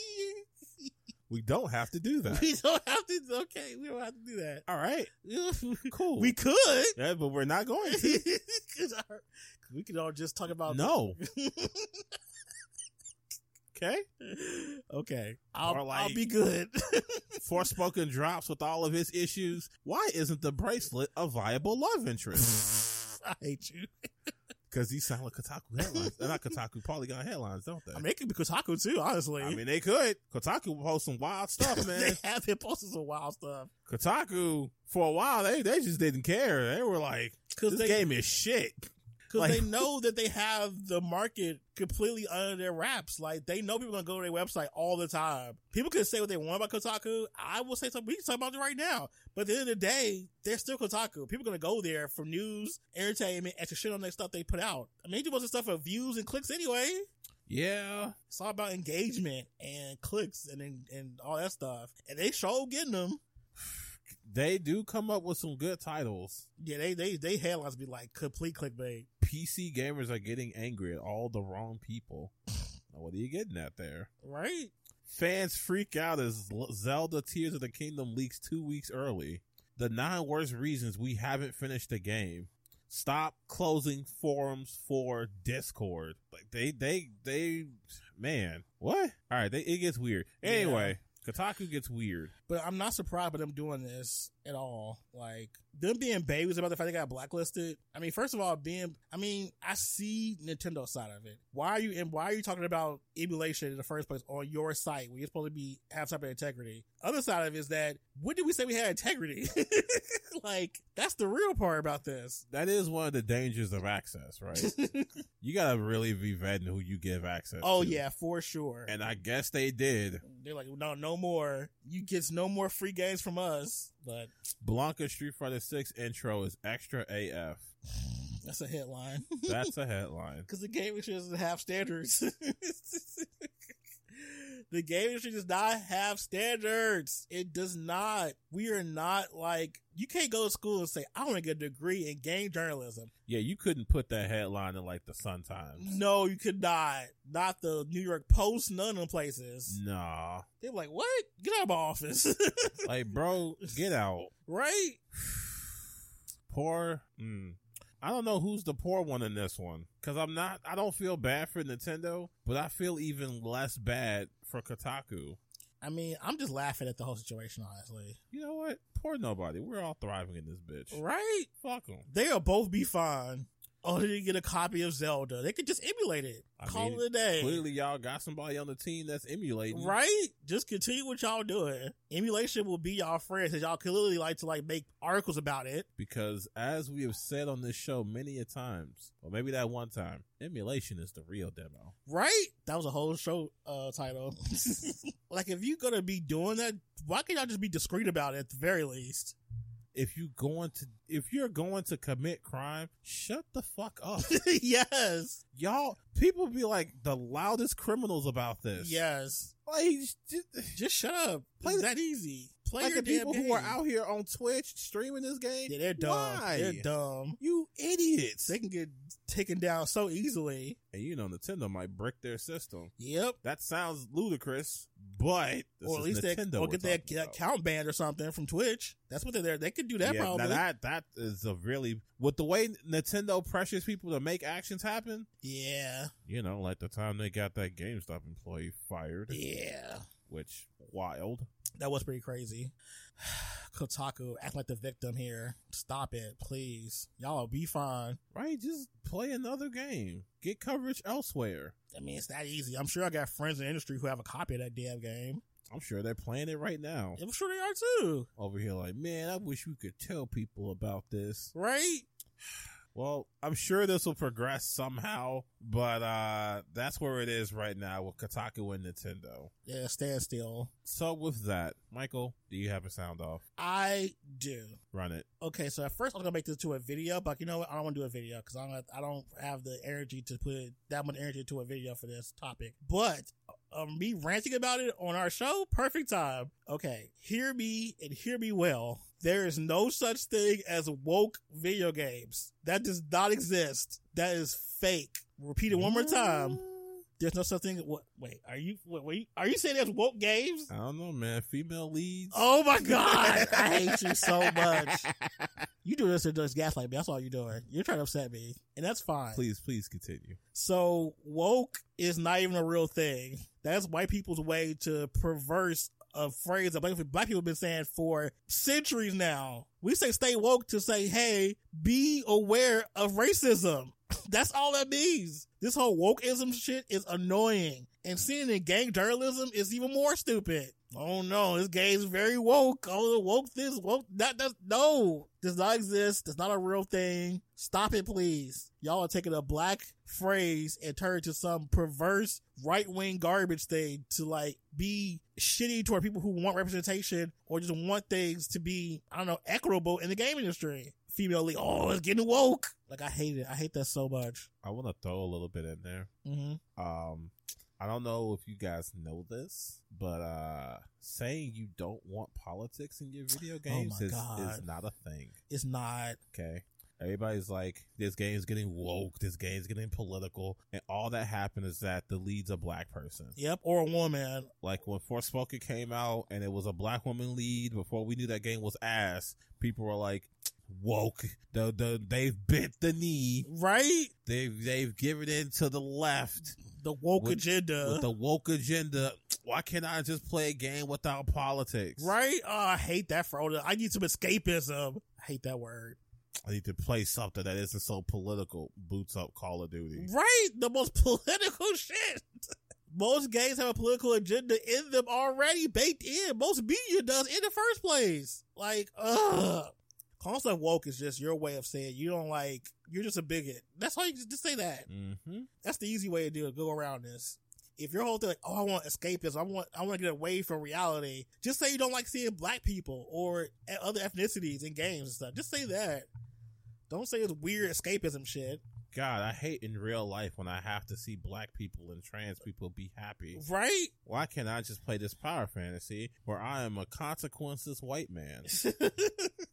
Speaker 2: We don't have to do that.
Speaker 3: we don't have to. Okay, we don't have to do that.
Speaker 2: All right. Cool.
Speaker 3: We
Speaker 2: We,
Speaker 3: could.
Speaker 2: yeah, but we're not going to.
Speaker 3: 'Cause our- we could all just talk about
Speaker 2: No. okay.
Speaker 3: Okay, I'll, I'll
Speaker 2: like-
Speaker 3: be good.
Speaker 2: Forspoken drops with all of his issues. Why isn't the bracelet a viable love interest?
Speaker 3: I hate you.
Speaker 2: Because these sound like Kotaku headlines. They're not Kotaku, Polygon headlines, don't they?
Speaker 3: I mean, it could be Kotaku too. Honestly,
Speaker 2: I mean, they could. Kotaku will post some wild stuff,
Speaker 3: they
Speaker 2: man.
Speaker 3: have been posting some wild stuff
Speaker 2: Kotaku, for a while, they, they just didn't care. They were like,
Speaker 3: because
Speaker 2: this
Speaker 3: they
Speaker 2: game is shit.
Speaker 3: Because
Speaker 2: Like-
Speaker 3: they know that they have the market completely under their wraps. Like they know people are gonna go to their website all the time. People can say what they want about Kotaku. I will say something. We can talk about it right now. But at the end of the day, they're still Kotaku. People are gonna go there for news, entertainment, and to shit on their stuff they put out. I mean, they do most of the stuff for views and clicks anyway.
Speaker 2: Yeah.
Speaker 3: It's all about engagement and clicks and and, and all that stuff. And they show getting them.
Speaker 2: They do come up with some good titles.
Speaker 3: Yeah, they they they headlines be like complete clickbait.
Speaker 2: PC gamers are getting angry at all the wrong people. Now, what are you getting at there?
Speaker 3: Right?
Speaker 2: Fans freak out as L- Zelda Tears of the Kingdom leaks two weeks early. The nine worst reasons we haven't finished the game. Stop closing forums for Discord. Like they, they, they, man, what? All right, they, it gets weird. Anyway, Kotaku gets weird.
Speaker 3: But I'm not surprised by them doing this at all. Like them being babies about the fact they got blacklisted. I mean, first of all, being I mean, I see Nintendo side of it. Why are you and why are you talking about emulation in the first place on your site where you're supposed to be have type of integrity? Other side of it is that when did we say we had integrity? like that's the real part about this.
Speaker 2: That is one of the dangers of access, right? you gotta really be vetting who you give access.
Speaker 3: oh
Speaker 2: to.
Speaker 3: yeah, for sure.
Speaker 2: and I guess they did.
Speaker 3: They're like, no, no more. You gets no more free games from us. But
Speaker 2: Blanca Street Fighter Six intro is extra AF.
Speaker 3: That's a headline.
Speaker 2: That's a headline.
Speaker 3: Because the game industry doesn't have standards. the game industry does not have standards. It does not. We are not like, you can't go to school and say, I want to get a degree in game journalism.
Speaker 2: Yeah, you couldn't put that headline in like the Sun Times.
Speaker 3: No, you could not. Not the New York Post, none of them places.
Speaker 2: Nah,
Speaker 3: They're like, what? Get out of my office.
Speaker 2: like bro, get out.
Speaker 3: right?
Speaker 2: Poor. Mm. I don't know who's the poor one in this one because I'm not. I don't feel bad for Nintendo, but I feel even less bad for Kotaku.
Speaker 3: I mean, I'm just laughing at the whole situation, honestly.
Speaker 2: You know what? Poor nobody. We're all thriving in this bitch.
Speaker 3: Right?
Speaker 2: Fuck them.
Speaker 3: They'll both be fine. Oh, they didn't get a copy of Zelda. They could just emulate it.
Speaker 2: I
Speaker 3: Call
Speaker 2: mean,
Speaker 3: it a day.
Speaker 2: Clearly, y'all got somebody on the team that's emulating.
Speaker 3: Right? Just continue what y'all doing. Emulation will be y'all friends because y'all clearly like to like make articles about it.
Speaker 2: Because as we have said on this show many a times, or maybe that one time, emulation is the real demo.
Speaker 3: Right? That was a whole show uh title. like if you gonna be doing that, why can't y'all just be discreet about it at the very least?
Speaker 2: If you going to if you're going to commit crime, shut the fuck up.
Speaker 3: yes.
Speaker 2: y'all people be like the loudest criminals about this.
Speaker 3: Yes.
Speaker 2: Like just-
Speaker 3: Just shut up.
Speaker 2: Play
Speaker 3: Play it's
Speaker 2: the-
Speaker 3: that easy. Play
Speaker 2: like
Speaker 3: your
Speaker 2: the people
Speaker 3: damn
Speaker 2: who are
Speaker 3: game.
Speaker 2: out here on Twitch streaming this game.
Speaker 3: Yeah, they're dumb.
Speaker 2: Why?
Speaker 3: They're dumb.
Speaker 2: You idiots.
Speaker 3: They can get taken down so easily.
Speaker 2: and you know Nintendo might brick their system.
Speaker 3: Yep.
Speaker 2: That sounds ludicrous, but this
Speaker 3: or at
Speaker 2: is
Speaker 3: least they
Speaker 2: Nintendo
Speaker 3: or
Speaker 2: we're
Speaker 3: get that,
Speaker 2: talking
Speaker 3: that
Speaker 2: about.
Speaker 3: count banned or something from Twitch. That's what they're there. They could do that
Speaker 2: yeah, now
Speaker 3: probably.
Speaker 2: that that is a really with the way Nintendo pressures people to make actions happen.
Speaker 3: yeah.
Speaker 2: You know, like the time they got that GameStop employee fired,
Speaker 3: Yeah.
Speaker 2: which wild.
Speaker 3: That was pretty crazy. Kotaku, act like the victim here. Stop it, please. Y'all be fine.
Speaker 2: Right? Just play another game. Get coverage elsewhere.
Speaker 3: I mean, it's that easy. I'm sure I got friends in the industry who have a copy of that damn game.
Speaker 2: I'm sure they're playing it right now.
Speaker 3: I'm sure they are too.
Speaker 2: Over here, like, man, I wish we could tell people about this.
Speaker 3: Right?
Speaker 2: Well, I'm sure this will progress somehow, but uh that's where it is right now with Kotaku and Nintendo.
Speaker 3: Yeah, stand still.
Speaker 2: So with that, Michael, do you have a sound off?
Speaker 3: I do.
Speaker 2: Run it.
Speaker 3: Okay, so at first I was gonna make this to a video, but you know what? I don't want to do a video because I don't I don't have the energy to put that much energy into a video for this topic. But um, me ranting about it on our show, perfect time. Okay, hear me and hear me well. There is no such thing as woke video games. That does not exist. That is fake. Repeat it one more time. There's no such thing. What? Wait, are you? Wait, wait, are you saying there's woke games?
Speaker 2: I don't know, man. Female leads.
Speaker 3: Oh my god, I hate you so much. You do this to just gaslight me. That's all you're doing. You're trying to upset me, and that's fine.
Speaker 2: Please, please continue.
Speaker 3: So woke is not even a real thing. That's white people's way to perverse a phrase that black black people have been saying for centuries now. We say stay woke to say, hey, be aware of racism. That's all that means. This whole wokeism shit is annoying. And seeing it in gang journalism is even more stupid. Oh no, this gay's very woke. Oh, woke this, woke that. That's, no, does not exist. That's not a real thing. Stop it, please. Y'all are taking a black phrase and turn it to some perverse right wing garbage thing to like be shitty toward people who want representation or just want things to be, I don't know, equitable in the game industry. Female league. Oh, it's getting woke. Like, I hate it. I hate that so much.
Speaker 2: I want to throw a little bit in there.
Speaker 3: Mm-hmm.
Speaker 2: Um, I don't know if you guys know this, but uh, saying you don't want politics in your video games
Speaker 3: Oh my
Speaker 2: is, is
Speaker 3: God.
Speaker 2: not a thing.
Speaker 3: It's not.
Speaker 2: Okay. Everybody's like, this game's getting woke, this game's getting political, and all that happened is that the lead's a black person.
Speaker 3: Yep. Or a woman.
Speaker 2: Like when Forspoken came out and it was a black woman lead, before we knew that game was ass, people were like, woke, the, the, they've bent the knee,
Speaker 3: Right?
Speaker 2: they've, they've given in to the left
Speaker 3: The woke
Speaker 2: With-
Speaker 3: agenda.
Speaker 2: with the woke agenda. Why can't I just play a game without politics?
Speaker 3: Right? Oh, I hate that for all the- I need some escapism. I hate that word.
Speaker 2: I need to play something that isn't so political. Boots up Call of Duty.
Speaker 3: Right? The most political shit. Most games have a political agenda in them already baked in. Most media does in the first place. Like, ugh. Calling stuff woke is just your way of saying you don't like, you're just a bigot. That's how you just say that.
Speaker 2: Mm-hmm.
Speaker 3: That's the easy way to do it. Go around this. If your whole thing like, oh, I want escapism, I want, I want to get away from reality. Just say you don't like seeing black people or e- other ethnicities in games and stuff. Just say that. Don't say it's weird escapism shit.
Speaker 2: God, I hate in real life when I have to see black people and trans people be happy.
Speaker 3: Right?
Speaker 2: Why can't I just play this power fantasy where I am a consequences white man?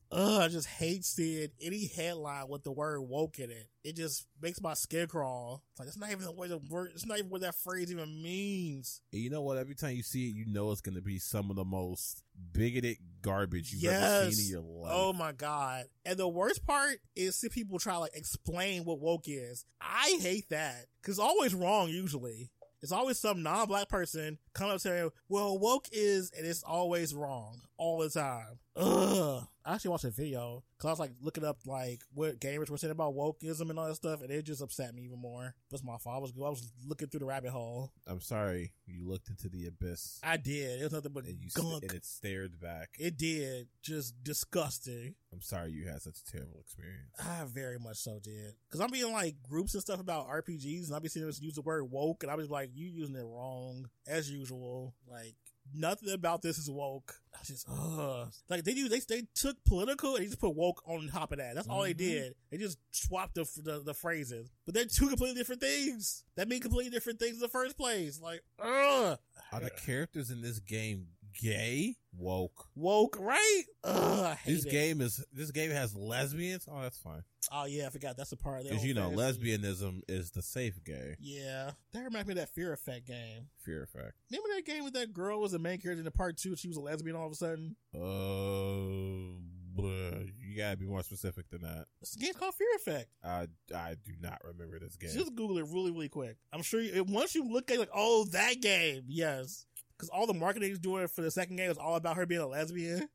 Speaker 3: Ugh, I just hate seeing any headline with the word woke in it. It just makes my skin crawl. It's like, that's not even the way the word, it's not even what that phrase even means.
Speaker 2: And you know what? Every time you see it, you know it's going to be some of the most bigoted garbage you've ever
Speaker 3: Yes.
Speaker 2: seen in your life.
Speaker 3: Oh my God. And the worst part is see people try to like explain what woke is. I hate that. Cause it's always wrong usually. It's always some non-black person coming up saying, well, woke is, and it's always wrong all the time. Ugh. I actually watched a video cause I was like looking up like what gamers were saying about wokeism and all that stuff. And it just upset me even more. That's my fault. I was, I was looking through the rabbit hole.
Speaker 2: I'm sorry. You looked into the abyss
Speaker 3: I did. It was nothing but
Speaker 2: and, you st-
Speaker 3: gunk.
Speaker 2: and it stared back.
Speaker 3: it did. Just disgusting.
Speaker 2: I'm sorry you had such a terrible experience.
Speaker 3: I very much so did. Because I'm being like groups and stuff about RPGs, and I'll be seeing them use the word woke, and I'll be like, you using it wrong, as usual. Like, nothing about this is woke. I just, ugh. Like, they do, they, they took political and they just put woke on top of that. That's all they
Speaker 2: Mhm.
Speaker 3: did. They just swapped the, the, the phrases. But they're two completely different things. That mean completely different things in the first place. Like, ugh.
Speaker 2: Are the characters in this game gay? Woke.
Speaker 3: Woke, right? Ugh, I hate
Speaker 2: This
Speaker 3: it.
Speaker 2: game is this game has lesbians. Oh, that's fine.
Speaker 3: Oh, yeah, I forgot. That's the part. of their
Speaker 2: Because
Speaker 3: own
Speaker 2: you know,
Speaker 3: fantasy.
Speaker 2: lesbianism is the safe gay.
Speaker 3: Yeah, that reminds me of that Fear Effect game.
Speaker 2: Fear effect.
Speaker 3: Remember that game with that girl was the main character in the part two? She was a lesbian all of a sudden.
Speaker 2: Uh, bleh. you gotta be more specific than that.
Speaker 3: This game's called Fear Effect.
Speaker 2: I I do not remember this game.
Speaker 3: Just Google it really, really quick. I'm sure you, once you look at it, like, oh, that game, yes, because all the marketing he's doing for the second game is all about her being a lesbian.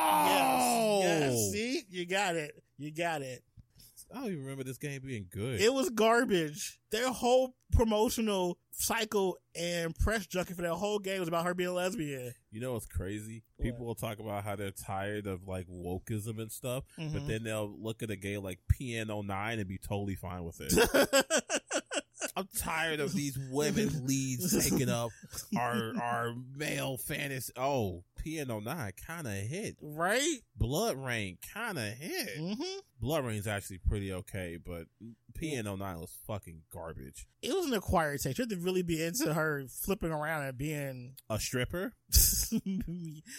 Speaker 2: oh,
Speaker 3: Yes, yes. See, you got it. You got it.
Speaker 2: I don't even remember this game being good.
Speaker 3: It was garbage. Their whole promotional cycle and press junket for that whole game was about her being a lesbian.
Speaker 2: you know what's crazy?
Speaker 3: What?
Speaker 2: People will talk about how they're tired of like wokeism and stuff,
Speaker 3: Mm-hmm.
Speaker 2: but then they'll look at a game like PN09 and be totally fine with it.
Speaker 3: Mm-hmm.
Speaker 2: I'm tired of these women leads taking up our our male fantasy. Oh, PN09 kind of hit.
Speaker 3: right?
Speaker 2: Blood Rain kind of hit.
Speaker 3: Mm-hmm.
Speaker 2: Blood Rain's actually pretty okay, but PN09 was fucking garbage.
Speaker 3: it was an acquired taste. You had to really be into her flipping around and being.
Speaker 2: A stripper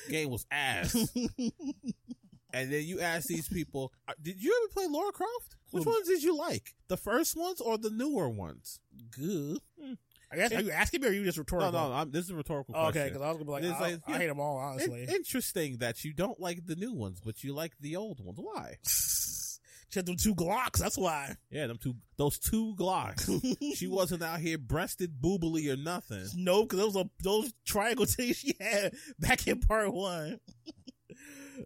Speaker 2: game was ass. and then you ask these people, uh, did you ever play Laura Croft? Which
Speaker 3: Hmm.
Speaker 2: ones did you like? The first ones or the newer ones? Good.
Speaker 3: I guess, are you asking me or are you just
Speaker 2: No,
Speaker 3: rhetorical?
Speaker 2: no, I'm, this is a rhetorical
Speaker 3: Oh,
Speaker 2: question.
Speaker 3: okay, because I was gonna be like,
Speaker 2: It's
Speaker 3: I,
Speaker 2: like-
Speaker 3: I hate them all,
Speaker 2: It's
Speaker 3: honestly.
Speaker 2: interesting that you don't like the new ones, but you like the old ones. Why?
Speaker 3: she had them two Glocks. That's why.
Speaker 2: Yeah, them two, those two Glocks. she wasn't out here breasted boobily or nothing.
Speaker 3: no, because those are those triangle things she had back in part one.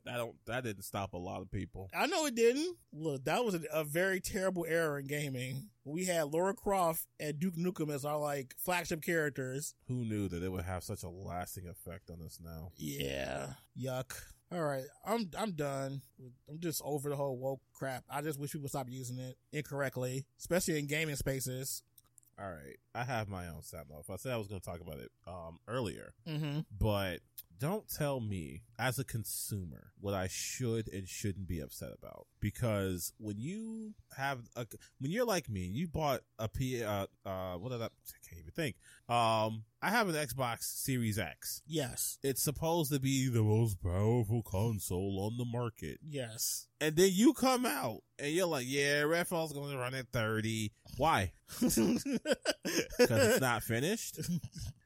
Speaker 2: That don't, that didn't stop a lot of people.
Speaker 3: I know it didn't. Look, that was a, a very terrible error in gaming. We had Laura Croft and Duke Nukem as our like flagship characters.
Speaker 2: Who knew that it would have such a lasting effect on us now?
Speaker 3: Yeah. Yuck. All right. I'm I'm done. I'm just over the whole woke crap. I just wish people stop using it incorrectly, especially in gaming spaces.
Speaker 2: All right, I have my own sound off. I said I was going to talk about it um earlier,
Speaker 3: Mm-hmm.
Speaker 2: but don't tell me as a consumer what I should and shouldn't be upset about because when you have a when you're like me, you bought a P uh uh what did I, I can't even think. Um, I have an Xbox Series X.
Speaker 3: Yes.
Speaker 2: It's supposed to be the most powerful console on the market.
Speaker 3: Yes.
Speaker 2: And then you come out and you're like, yeah, Redfall's going to run at 30. Why? Because it's not finished?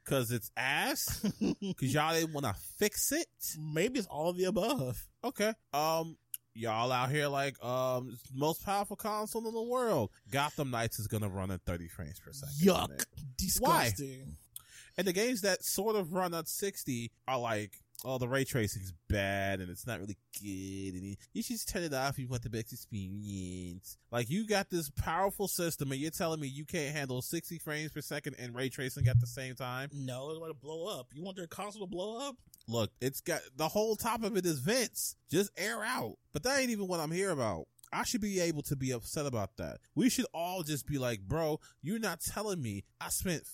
Speaker 2: Because it's ass? Because y'all didn't want to fix it?
Speaker 3: Maybe it's all of the above.
Speaker 2: Okay. Um, y'all out here like, um, it's the most powerful console in the world. Gotham Knights is going to run at 30 frames per second. on
Speaker 3: Yuck.
Speaker 2: it.
Speaker 3: Disgusting.
Speaker 2: And the games that sort of run at 60 are like, oh, the ray tracing's bad and it's not really good. And you should just turn it off if you want the best experience. Like, you got this powerful system and you're telling me you can't handle 60 frames per second and ray tracing at the same time?
Speaker 3: No, it's about to blow up. You want their console to blow up?
Speaker 2: Look, it's got the whole top of it is vents. Just air out. But that ain't even what I'm here about. I should be able to be upset about that. We should all just be like, bro, you're not telling me I spent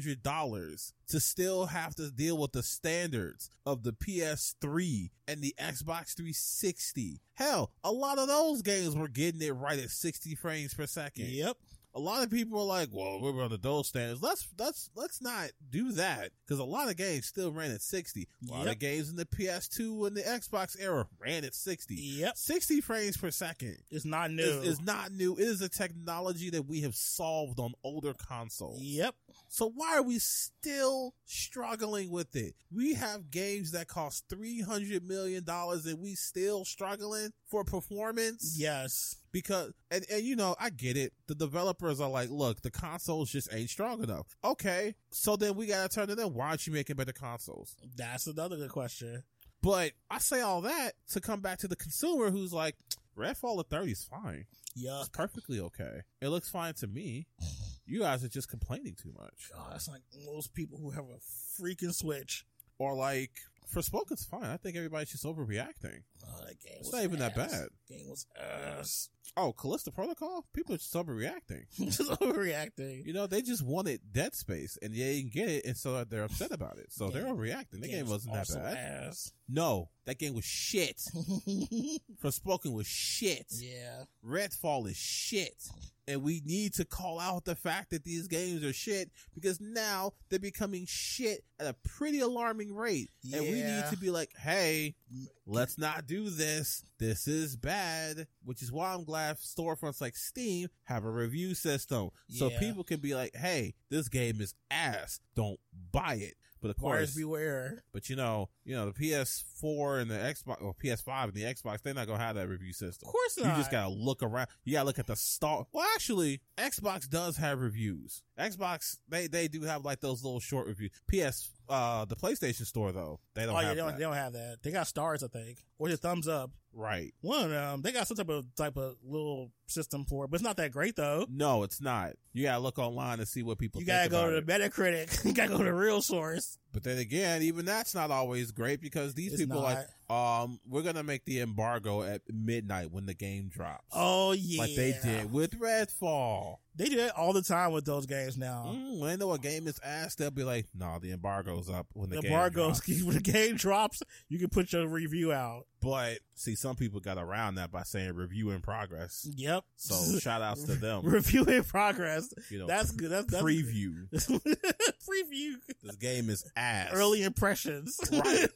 Speaker 2: $500 to still have to deal with the standards of the PS3 and the Xbox 360. Hell, a lot of those games were getting it right at 60 frames per second
Speaker 3: Yep.
Speaker 2: a lot of people are like, "Well, we're on the dole standards." Let's let's let's not do that because a lot of games still ran at sixty. A lot
Speaker 3: Yep.
Speaker 2: of games in the PS2 and the Xbox era ran at sixty.
Speaker 3: Yep.
Speaker 2: Sixty frames per second
Speaker 3: It's not new.
Speaker 2: is, is not new. It is a technology that we have solved on older consoles.
Speaker 3: yep.
Speaker 2: So why are we still struggling with it? We have games that cost three hundred million dollars, and we still struggling for performance
Speaker 3: Yes.
Speaker 2: because and, and you know i get it the developers are like look the consoles just ain't strong enough okay so then we gotta turn to them why aren't you making better consoles
Speaker 3: That's another good question.
Speaker 2: but i say all that to come back to the consumer who's like redfall at 30 is fine
Speaker 3: Yeah.
Speaker 2: it's perfectly okay it looks fine to me you guys are just complaining too much
Speaker 3: God, that's like most people who have a freaking Switch.
Speaker 2: or like for spoken's fine i think everybody's just overreacting
Speaker 3: Oh, that game
Speaker 2: It's
Speaker 3: was
Speaker 2: not even that
Speaker 3: ass.
Speaker 2: bad.
Speaker 3: Game was ass.
Speaker 2: oh callisto protocol people are just overreacting
Speaker 3: Just overreacting.
Speaker 2: You know, they just wanted Dead Space and they didn't get it, and so they're upset about it. So
Speaker 3: Yeah.
Speaker 2: they're overreacting. The game wasn't that
Speaker 3: also
Speaker 2: bad.
Speaker 3: Ass.
Speaker 2: No, that game was shit. For Spoken was shit.
Speaker 3: yeah.
Speaker 2: Redfall is shit. And we need to call out the fact that these games are shit because now they're becoming shit at a pretty alarming rate. And we need
Speaker 3: Yeah.
Speaker 2: to be like, hey, let's not do this. This is bad. Which is why I'm glad storefronts like Steam have a review system. So
Speaker 3: Yeah.
Speaker 2: people can be like, hey, this game is ass. Don't buy it. But of course,
Speaker 3: Buyers beware.
Speaker 2: but you know, you know, the PS4 and the Xbox or PS5 and the Xbox, they're not gonna have that review system.
Speaker 3: Of course
Speaker 2: You
Speaker 3: not.
Speaker 2: just gotta look around. You gotta look at the star. Well, actually, Xbox does have reviews. Xbox, they they do have like those little short reviews. PS, uh, the PlayStation Store though, they don't
Speaker 3: oh,
Speaker 2: have
Speaker 3: yeah, they don't,
Speaker 2: that.
Speaker 3: they don't have that. They got stars, I think, or just thumbs up.
Speaker 2: Right?
Speaker 3: One of them, they got some type of type of little system for it, but it's not that great though.
Speaker 2: No, it's not. You gotta look online to see what people.
Speaker 3: you
Speaker 2: think
Speaker 3: gotta go
Speaker 2: about
Speaker 3: to
Speaker 2: it.
Speaker 3: the Metacritic. you gotta go to the real source.
Speaker 2: But then again, even that's not always great because these
Speaker 3: It's
Speaker 2: people are like, um, we're gonna make the embargo at midnight when the game drops.
Speaker 3: Oh yeah,
Speaker 2: like they did with Redfall.
Speaker 3: They do that all the time with those games now.
Speaker 2: Mm, when they know a game is ass, they'll be like, "Nah, the embargo's up when the,
Speaker 3: The
Speaker 2: game
Speaker 3: embargoes.
Speaker 2: drops."
Speaker 3: When the game drops, you can put your review out.
Speaker 2: But see, some people got around that by saying "review in progress."
Speaker 3: Yep.
Speaker 2: So shout outs to them.
Speaker 3: review in progress.
Speaker 2: You know,
Speaker 3: That's good. That's, that's
Speaker 2: preview.
Speaker 3: preview.
Speaker 2: This game is ass.
Speaker 3: Early impressions.
Speaker 2: Right.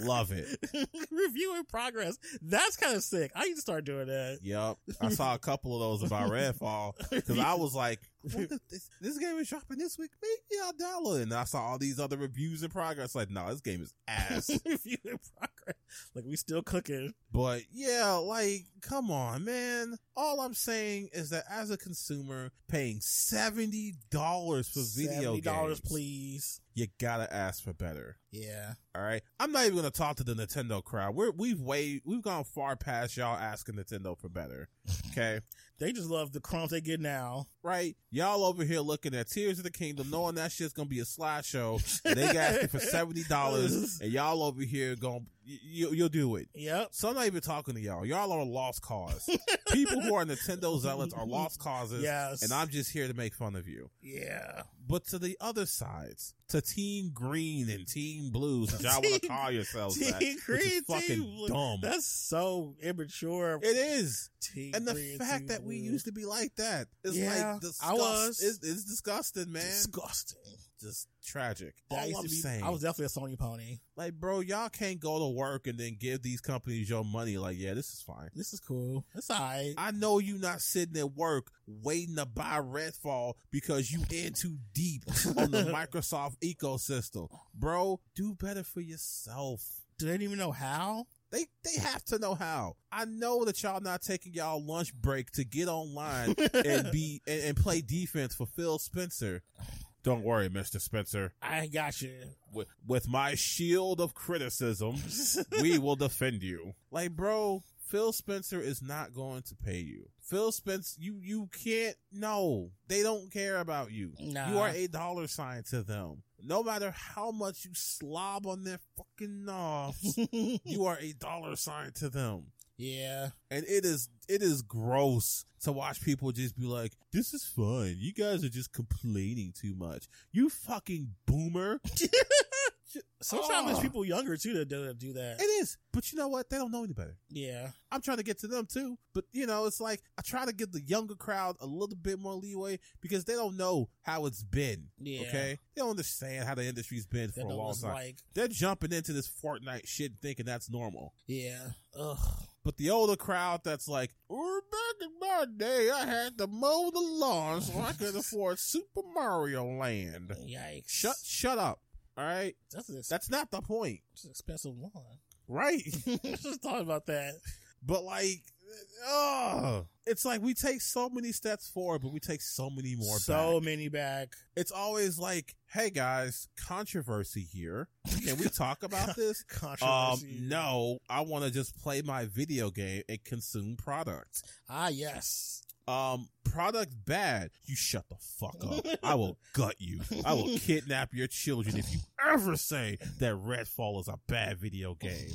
Speaker 2: love it.
Speaker 3: review in progress. That's kind of sick. I need to start doing that.
Speaker 2: Yep, I saw a couple of those about Redfall because I was like, I wonder if this, "This game is dropping this week. Maybe I'll download it." And I saw all these other reviews in progress. Like, no, this game is ass.
Speaker 3: review in progress. Like we still cooking.
Speaker 2: But yeah, like, come on, man. All I'm saying is that as a consumer, paying seventy dollars for video
Speaker 3: dollars,
Speaker 2: games,
Speaker 3: please.
Speaker 2: you gotta ask for better.
Speaker 3: Yeah.
Speaker 2: All right, I'm not even gonna talk to the Nintendo crowd. We're we've way we've gone far past y'all asking Nintendo for better. Okay,
Speaker 3: They just love the crumbs they get now.
Speaker 2: right? Y'all over here looking at Tears of the Kingdom, knowing that shit's gonna be a slideshow. and They got it for seventy dollars, and y'all over here going, you, you'll do it.
Speaker 3: Yep.
Speaker 2: So I'm not even talking to y'all. Y'all are a lost cause. People who are Nintendo zealots are lost causes.
Speaker 3: Yes.
Speaker 2: And I'm just here to make fun of you.
Speaker 3: Yeah.
Speaker 2: But to the other sides, to Team Green and Team Blues, which y'all want to
Speaker 3: Team-
Speaker 2: call yourselves
Speaker 3: Team
Speaker 2: that, which
Speaker 3: Green,
Speaker 2: is fucking
Speaker 3: Team Blue.
Speaker 2: dumb.
Speaker 3: That's so immature.
Speaker 2: it is.
Speaker 3: Team
Speaker 2: And the
Speaker 3: green, team
Speaker 2: fact that we
Speaker 3: blue.
Speaker 2: used to be like that is
Speaker 3: Yeah,
Speaker 2: like disgust.
Speaker 3: I was.
Speaker 2: It's, it's disgusting, man.
Speaker 3: disgusting.
Speaker 2: just tragic.
Speaker 3: That
Speaker 2: All
Speaker 3: used
Speaker 2: I'm
Speaker 3: to be,
Speaker 2: saying,
Speaker 3: I was definitely a Sony pony.
Speaker 2: like, bro, y'all can't go to work and then give these companies your money. Like, yeah, this is fine.
Speaker 3: This is cool. That's all right.
Speaker 2: I know you not sitting at work waiting to buy Redfall because you in too deep on the Microsoft ecosystem. Bro, do better for yourself.
Speaker 3: Do they even know how?
Speaker 2: They they have to know how. I know that y'all not taking y'all lunch break to get online and be and, and play defense for Phil Spencer. Don't worry, Mr. Spencer.
Speaker 3: I got you.
Speaker 2: With, with my shield of criticism, we will defend you. Like, bro, Phil Spencer is not going to pay you. Phil Spencer, you you can't. No, they don't care about you.
Speaker 3: Nah.
Speaker 2: You are a dollar sign to them. No matter how much you slob on their fucking knobs, you are a dollar sign to them.
Speaker 3: Yeah.
Speaker 2: and it is it is gross to watch people just be like, "This is fun. You guys are just complaining too much. You fucking boomer."
Speaker 3: Sometimes there's
Speaker 2: Oh.
Speaker 3: people younger too that do, that do that.
Speaker 2: It is, but you know what? They don't know any better.
Speaker 3: yeah.
Speaker 2: I'm trying to get to them too, but you know, it's like I try to give the younger crowd a little bit more leeway because they don't know how it's been.
Speaker 3: Yeah.
Speaker 2: Okay, they don't understand how the industry's been for
Speaker 3: That
Speaker 2: a
Speaker 3: don't
Speaker 2: long
Speaker 3: was
Speaker 2: time.
Speaker 3: like
Speaker 2: They're jumping into this Fortnite shit thinking that's normal.
Speaker 3: yeah. Ugh.
Speaker 2: But the older crowd that's like, "Oh, back in my day, I had to mow the lawn so I could afford Super Mario Land.
Speaker 3: Yikes.
Speaker 2: Shut, shut up. All right.
Speaker 3: That's an
Speaker 2: That's not the point.
Speaker 3: ex- expensive lawn.
Speaker 2: Right.
Speaker 3: Just thought about that.
Speaker 2: But like, oh, it's like we take so many steps forward, but we take so many more
Speaker 3: so
Speaker 2: back.
Speaker 3: many back.
Speaker 2: It's always like, hey guys, controversy here. Can we talk about this? Um,
Speaker 3: Controversy.
Speaker 2: no, I want to just play my video game and consume product.
Speaker 3: Ah, yes.
Speaker 2: um product bad you shut the fuck up i will gut you i will kidnap your children if you ever say that redfall is a bad video game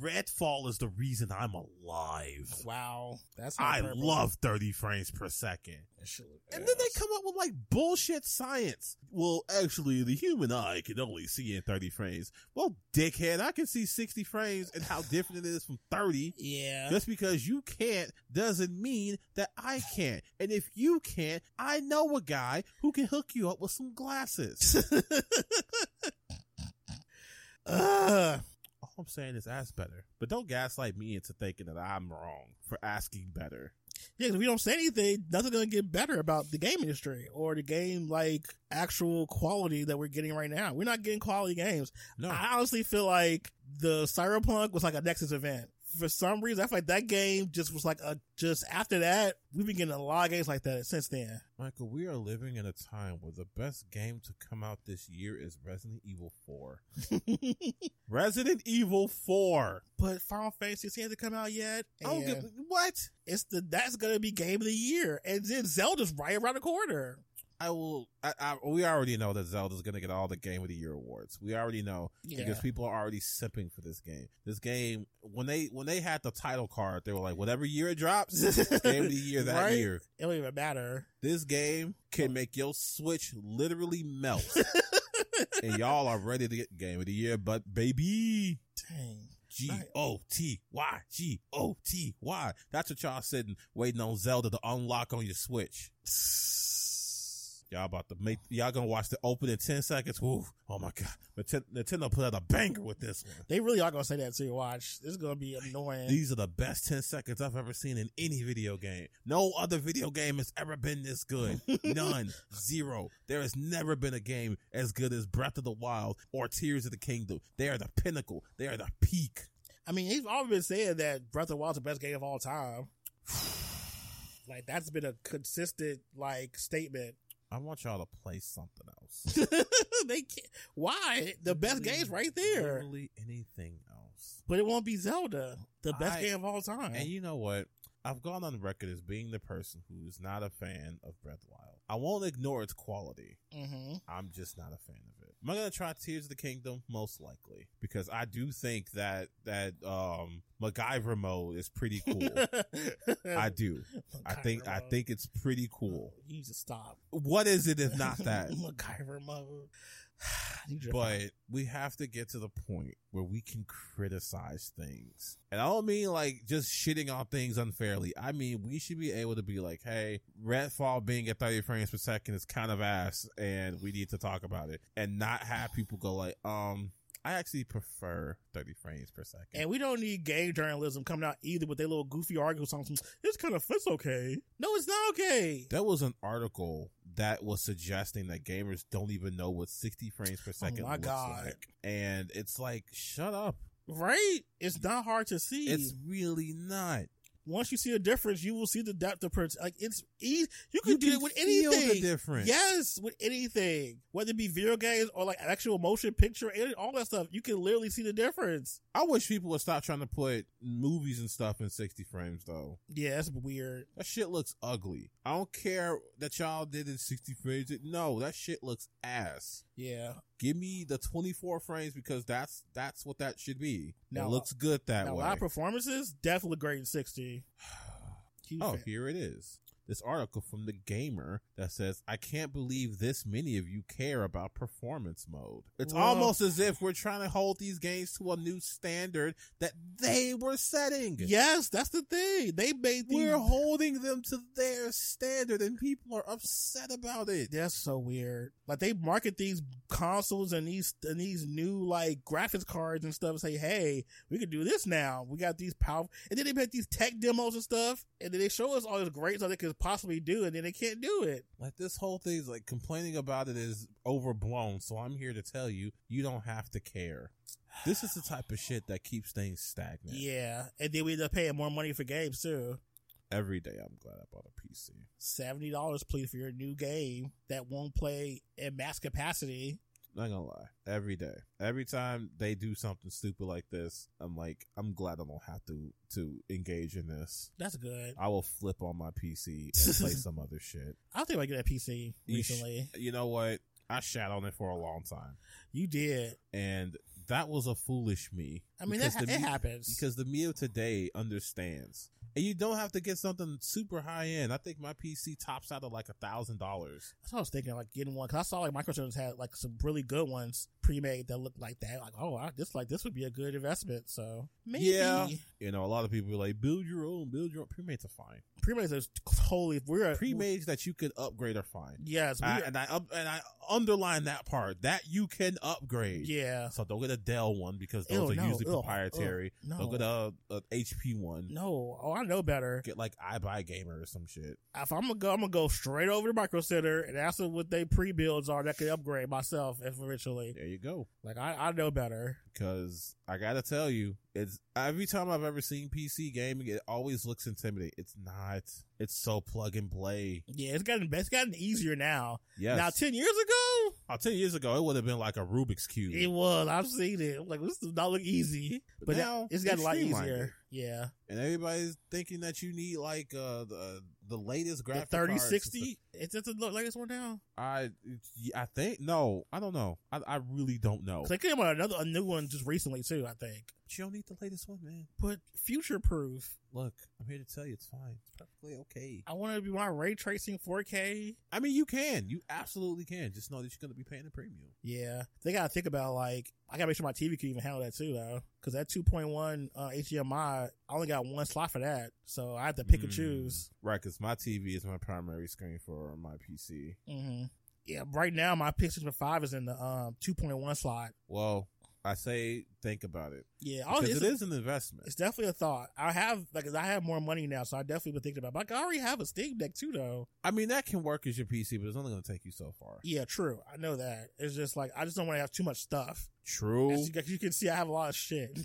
Speaker 2: redfall is the reason i'm alive
Speaker 3: Wow. That's my
Speaker 2: i
Speaker 3: purple.
Speaker 2: love 30 frames per second
Speaker 3: That shit look
Speaker 2: and then
Speaker 3: ass.
Speaker 2: they come up with like bullshit science. Well, actually, the human eye can only see in 30 frames. Well, dickhead, I can see 60 frames and how different it is from 30.
Speaker 3: Yeah.
Speaker 2: Just because you can't doesn't mean that I can't. And if you can't, I know a guy who can hook you up with some glasses.
Speaker 3: Ugh.
Speaker 2: All I'm saying is ask better. But don't gaslight me into thinking that I'm wrong for asking better.
Speaker 3: Yeah, 'cause if we don't say anything, nothing's gonna get better about the game industry or the game like actual quality that we're getting right now. We're not getting quality games.
Speaker 2: No.
Speaker 3: I honestly feel like the Cyberpunk was like a Nexus event. For some reason, I feel like that game just was like a just after that, we've been getting a lot of games like that since then.
Speaker 2: Michael, we are living in a time where the best game to come out this year is Resident Evil 4. Resident Evil 4.
Speaker 3: But Final Fantasy 16 hasn't come out yet.
Speaker 2: I don't
Speaker 3: and
Speaker 2: give what?
Speaker 3: it's the that's gonna be game of the year. And then Zelda's right around the corner.
Speaker 2: I will. I, I, we already know that Zelda's going to get all the Game of the Year awards. We already know
Speaker 3: Yeah.
Speaker 2: because people are already sipping for this game. This game, when they when they had the title card, they were like, whatever year it drops, Game of the Year that
Speaker 3: Right?
Speaker 2: year.
Speaker 3: It don't even matter.
Speaker 2: This game can make your Switch literally melt, and y'all are ready to get Game of the Year. But baby,
Speaker 3: Dang.
Speaker 2: G O T Y G O T Y. That's what y'all sitting waiting on Zelda to unlock on your Switch. Y'all about to make y'all gonna watch the open in ten seconds. Woo! Oh my god, Nite- Nintendo put out a banger with this one.
Speaker 3: They really are gonna say that to you. Watch, this is gonna be annoying.
Speaker 2: These are the best ten seconds I've ever seen in any video game. No other video game has ever been this good. None, zero. There has never been a game as good as Breath of the Wild or Tears of the Kingdom. They are the pinnacle. They are the peak.
Speaker 3: I mean, he's always been saying that Breath of the Wild's the best game of all time. Like that's been a consistent like statement.
Speaker 2: I want y'all to play something else.
Speaker 3: they can't, why the best game's right there,
Speaker 2: Literally anything else.
Speaker 3: but it won't be Zelda, the best
Speaker 2: I-
Speaker 3: game of all time.
Speaker 2: And you know what? I've gone on record as being the person who's not a fan of Breath of the Wild. I won't ignore its quality.
Speaker 3: hmm
Speaker 2: I'm just not a fan of it. Am I gonna try Tears of the Kingdom? Most likely, because I do think that that um MacGyver mode is pretty cool. I do. I think I think it's pretty cool.
Speaker 3: you need to stop.
Speaker 2: What is it if not that?
Speaker 3: MacGyver mode. I need your help.
Speaker 2: but we have to get to the point where we can criticize things. And I don't mean like just shitting on things unfairly. I mean, we should be able to be like, hey, Redfall being at 30 frames per second is kind of ass and we need to talk about it and not have people go like, um, I actually prefer 30 frames per second.
Speaker 3: And we don't need game journalism coming out either with their little goofy arguments on some. It's kind of it's okay. No, it's not okay.
Speaker 2: there was an article that was suggesting that gamers don't even know what 60 frames per second
Speaker 3: Oh my
Speaker 2: looks
Speaker 3: God.
Speaker 2: like. And it's like, shut up.
Speaker 3: Right? It's not hard to see.
Speaker 2: It's really not.
Speaker 3: Once you see the difference, you will see the depth of purchase. Like it's easy. You can do it with
Speaker 2: feel the
Speaker 3: anything.
Speaker 2: difference.
Speaker 3: Yes, with anything, whether it be video games or like actual motion picture, and all that stuff, you can literally see the difference.
Speaker 2: I wish people would stop trying to put movies and stuff in 60 frames though.
Speaker 3: Yeah, that's weird.
Speaker 2: That shit looks ugly. I don't care that y'all did in 60 frames. No, that shit looks ass.
Speaker 3: Yeah,
Speaker 2: Give me the 24 frames because that's that's what that should be.
Speaker 3: Now,
Speaker 2: it looks good that
Speaker 3: Now,
Speaker 2: way.
Speaker 3: live performances definitely great in 60. Huge
Speaker 2: Oh,
Speaker 3: fan.
Speaker 2: here it is. This article from The Gamer that says, I can't believe this many of you care about performance mode. It's
Speaker 3: Well-
Speaker 2: almost as if we're trying to hold these games to a new standard that they were setting.
Speaker 3: Yes, that's the thing. They made these.
Speaker 2: We're holding them to their standard and people are upset about it.
Speaker 3: that's so weird. Like they market these consoles and these and these new like graphics cards and stuff. And say, hey, we can do this now. We got these power, and then they make these tech demos and stuff, and then they show us all this great stuff they could possibly do, and then they can't do it.
Speaker 2: Like this whole thing is like complaining about it is overblown. So I'm here to tell you, you don't have to care. This is the type of shit that keeps things stagnant.
Speaker 3: Yeah, and then we end up paying more money for games too.
Speaker 2: Every day I'm glad I bought a PC.
Speaker 3: Seventy dollars, please, for your new game that won't play in mass capacity.
Speaker 2: Not gonna lie. Every day, every time they do something stupid like this, I'm like, I'm glad I don't have to to engage in this.
Speaker 3: That's good.
Speaker 2: I will flip on my PC and play some other shit.
Speaker 3: I think I get that PC
Speaker 2: You sh-
Speaker 3: recently.
Speaker 2: You know what? I shat on it for a long time,
Speaker 3: you did.
Speaker 2: and that was a foolish me.
Speaker 3: I mean, that
Speaker 2: Because
Speaker 3: ha-
Speaker 2: the
Speaker 3: it
Speaker 2: me-
Speaker 3: happens.
Speaker 2: because the me of today understands. And you don't have to get something super high end. I think my PC tops out at like a thousand dollars.
Speaker 3: That's what I was thinking, like getting one. Cause I saw like Microsoft had like some really good ones pre-made that looked like that. Like, oh, I, this like this would be a good investment. So maybe
Speaker 2: Yeah. You know, a lot of people are like, build your own, build your own. Pre-mades are fine.
Speaker 3: pre-made is totally. We're
Speaker 2: Pre-mades that you could upgrade are fine.
Speaker 3: Yes, we
Speaker 2: I,
Speaker 3: are-
Speaker 2: and I up, and I underline that part that you can upgrade.
Speaker 3: yeah.
Speaker 2: So don't get a Dell one because those
Speaker 3: Ew,
Speaker 2: are
Speaker 3: no,
Speaker 2: usually
Speaker 3: ew,
Speaker 2: proprietary.
Speaker 3: ew, no.
Speaker 2: Don't get a, a HP one.
Speaker 3: No, oh, I know better.
Speaker 2: Get like iBuyGamer or some shit.
Speaker 3: If I'm gonna go, I'm gonna go straight over to Micro Center and ask them what they pre-builds are that could upgrade myself eventually.
Speaker 2: There you go.
Speaker 3: Like I, I know better.
Speaker 2: Because I gotta tell you, it's every time I've ever seen PC gaming, it always looks intimidating. It's not. It's so plug and play.
Speaker 3: Yeah, it's gotten it's gotten easier now.
Speaker 2: Yes.
Speaker 3: Now, ten years ago,
Speaker 2: Now, ten years ago, it would have been like a Rubik's cube.
Speaker 3: it was. I've seen it. I'm like this does not look easy,
Speaker 2: But
Speaker 3: but
Speaker 2: now,
Speaker 3: now it's gotten a lot
Speaker 2: they streamlined
Speaker 3: easier.
Speaker 2: it.
Speaker 3: Yeah.
Speaker 2: and everybody's thinking that you need like uh, the the latest graphics.
Speaker 3: the 3060 it's it's the latest one now
Speaker 2: I I think no, I don't know. I, I really don't know.
Speaker 3: 'Cause they came out another a new one just recently too i think
Speaker 2: But you don't need the latest one, man.
Speaker 3: but future proof
Speaker 2: Look, I'm here to tell you, it's fine. It's perfectly okay.
Speaker 3: i want it to be my ray tracing 4k
Speaker 2: I mean, you can, you absolutely can. Just know that you're gonna be paying a premium.
Speaker 3: yeah they gotta think about like i gotta make sure my tv can even handle that too though because that 2.1 uh, hdmi i only got one slot for that so i have to pick and
Speaker 2: Mm.
Speaker 3: choose
Speaker 2: Right, because my TV is my primary screen for my PC.
Speaker 3: hmm yeah right now my PlayStation 5 is in the um 2.1 slot
Speaker 2: Well, I say think about it
Speaker 3: yeah all
Speaker 2: because
Speaker 3: it's,
Speaker 2: it is an investment.
Speaker 3: it's definitely a thought i have like 'cause i have more money now so i definitely been thinking about it. But, like i already have a steam deck too though
Speaker 2: I mean, that can work as your PC, but it's only gonna take you so far.
Speaker 3: Yeah, true. I know that. It's just like I just don't want to have too much stuff.
Speaker 2: True,
Speaker 3: As you, like, you can see, I have a lot of shit.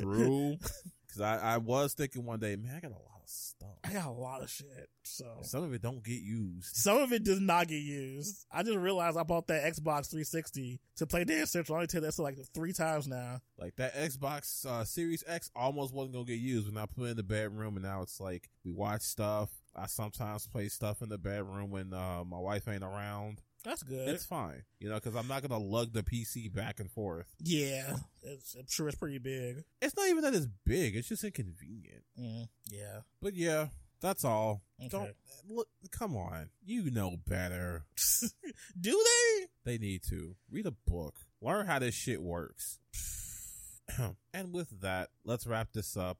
Speaker 2: true. Because I, I was thinking one day, man, I got a lot of stuff.
Speaker 3: I got a lot of shit. So
Speaker 2: Some of it don't get used.
Speaker 3: some of it does not get used. I just realized I bought that Xbox 360 to play Dance Central. I only take that so like three times now.
Speaker 2: Like that Xbox uh, Series X almost wasn't gonna get used when I put it in the bedroom, and now it's like we watch stuff. I sometimes play stuff in the bedroom when uh, my wife ain't around.
Speaker 3: That's good.
Speaker 2: It's fine, you know, because I'm not gonna lug the PC back and forth.
Speaker 3: yeah, it's, I'm sure it's pretty big.
Speaker 2: It's not even that it's big; it's just inconvenient.
Speaker 3: Mm, yeah.
Speaker 2: But yeah, that's all.
Speaker 3: Okay.
Speaker 2: Don't look. Come on, you know better.
Speaker 3: Do they?
Speaker 2: They need to read a book, learn how this shit works. and with that, let's wrap this up.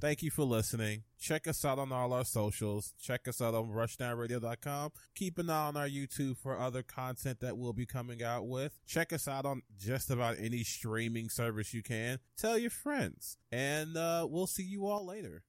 Speaker 2: Thank you for listening. Check us out on all our socials. Check us out on rushdownradio.com. Keep an eye on our YouTube for other content that we'll be coming out with. Check us out on just about any streaming service you can. Tell your friends. And uh, we'll see you all later.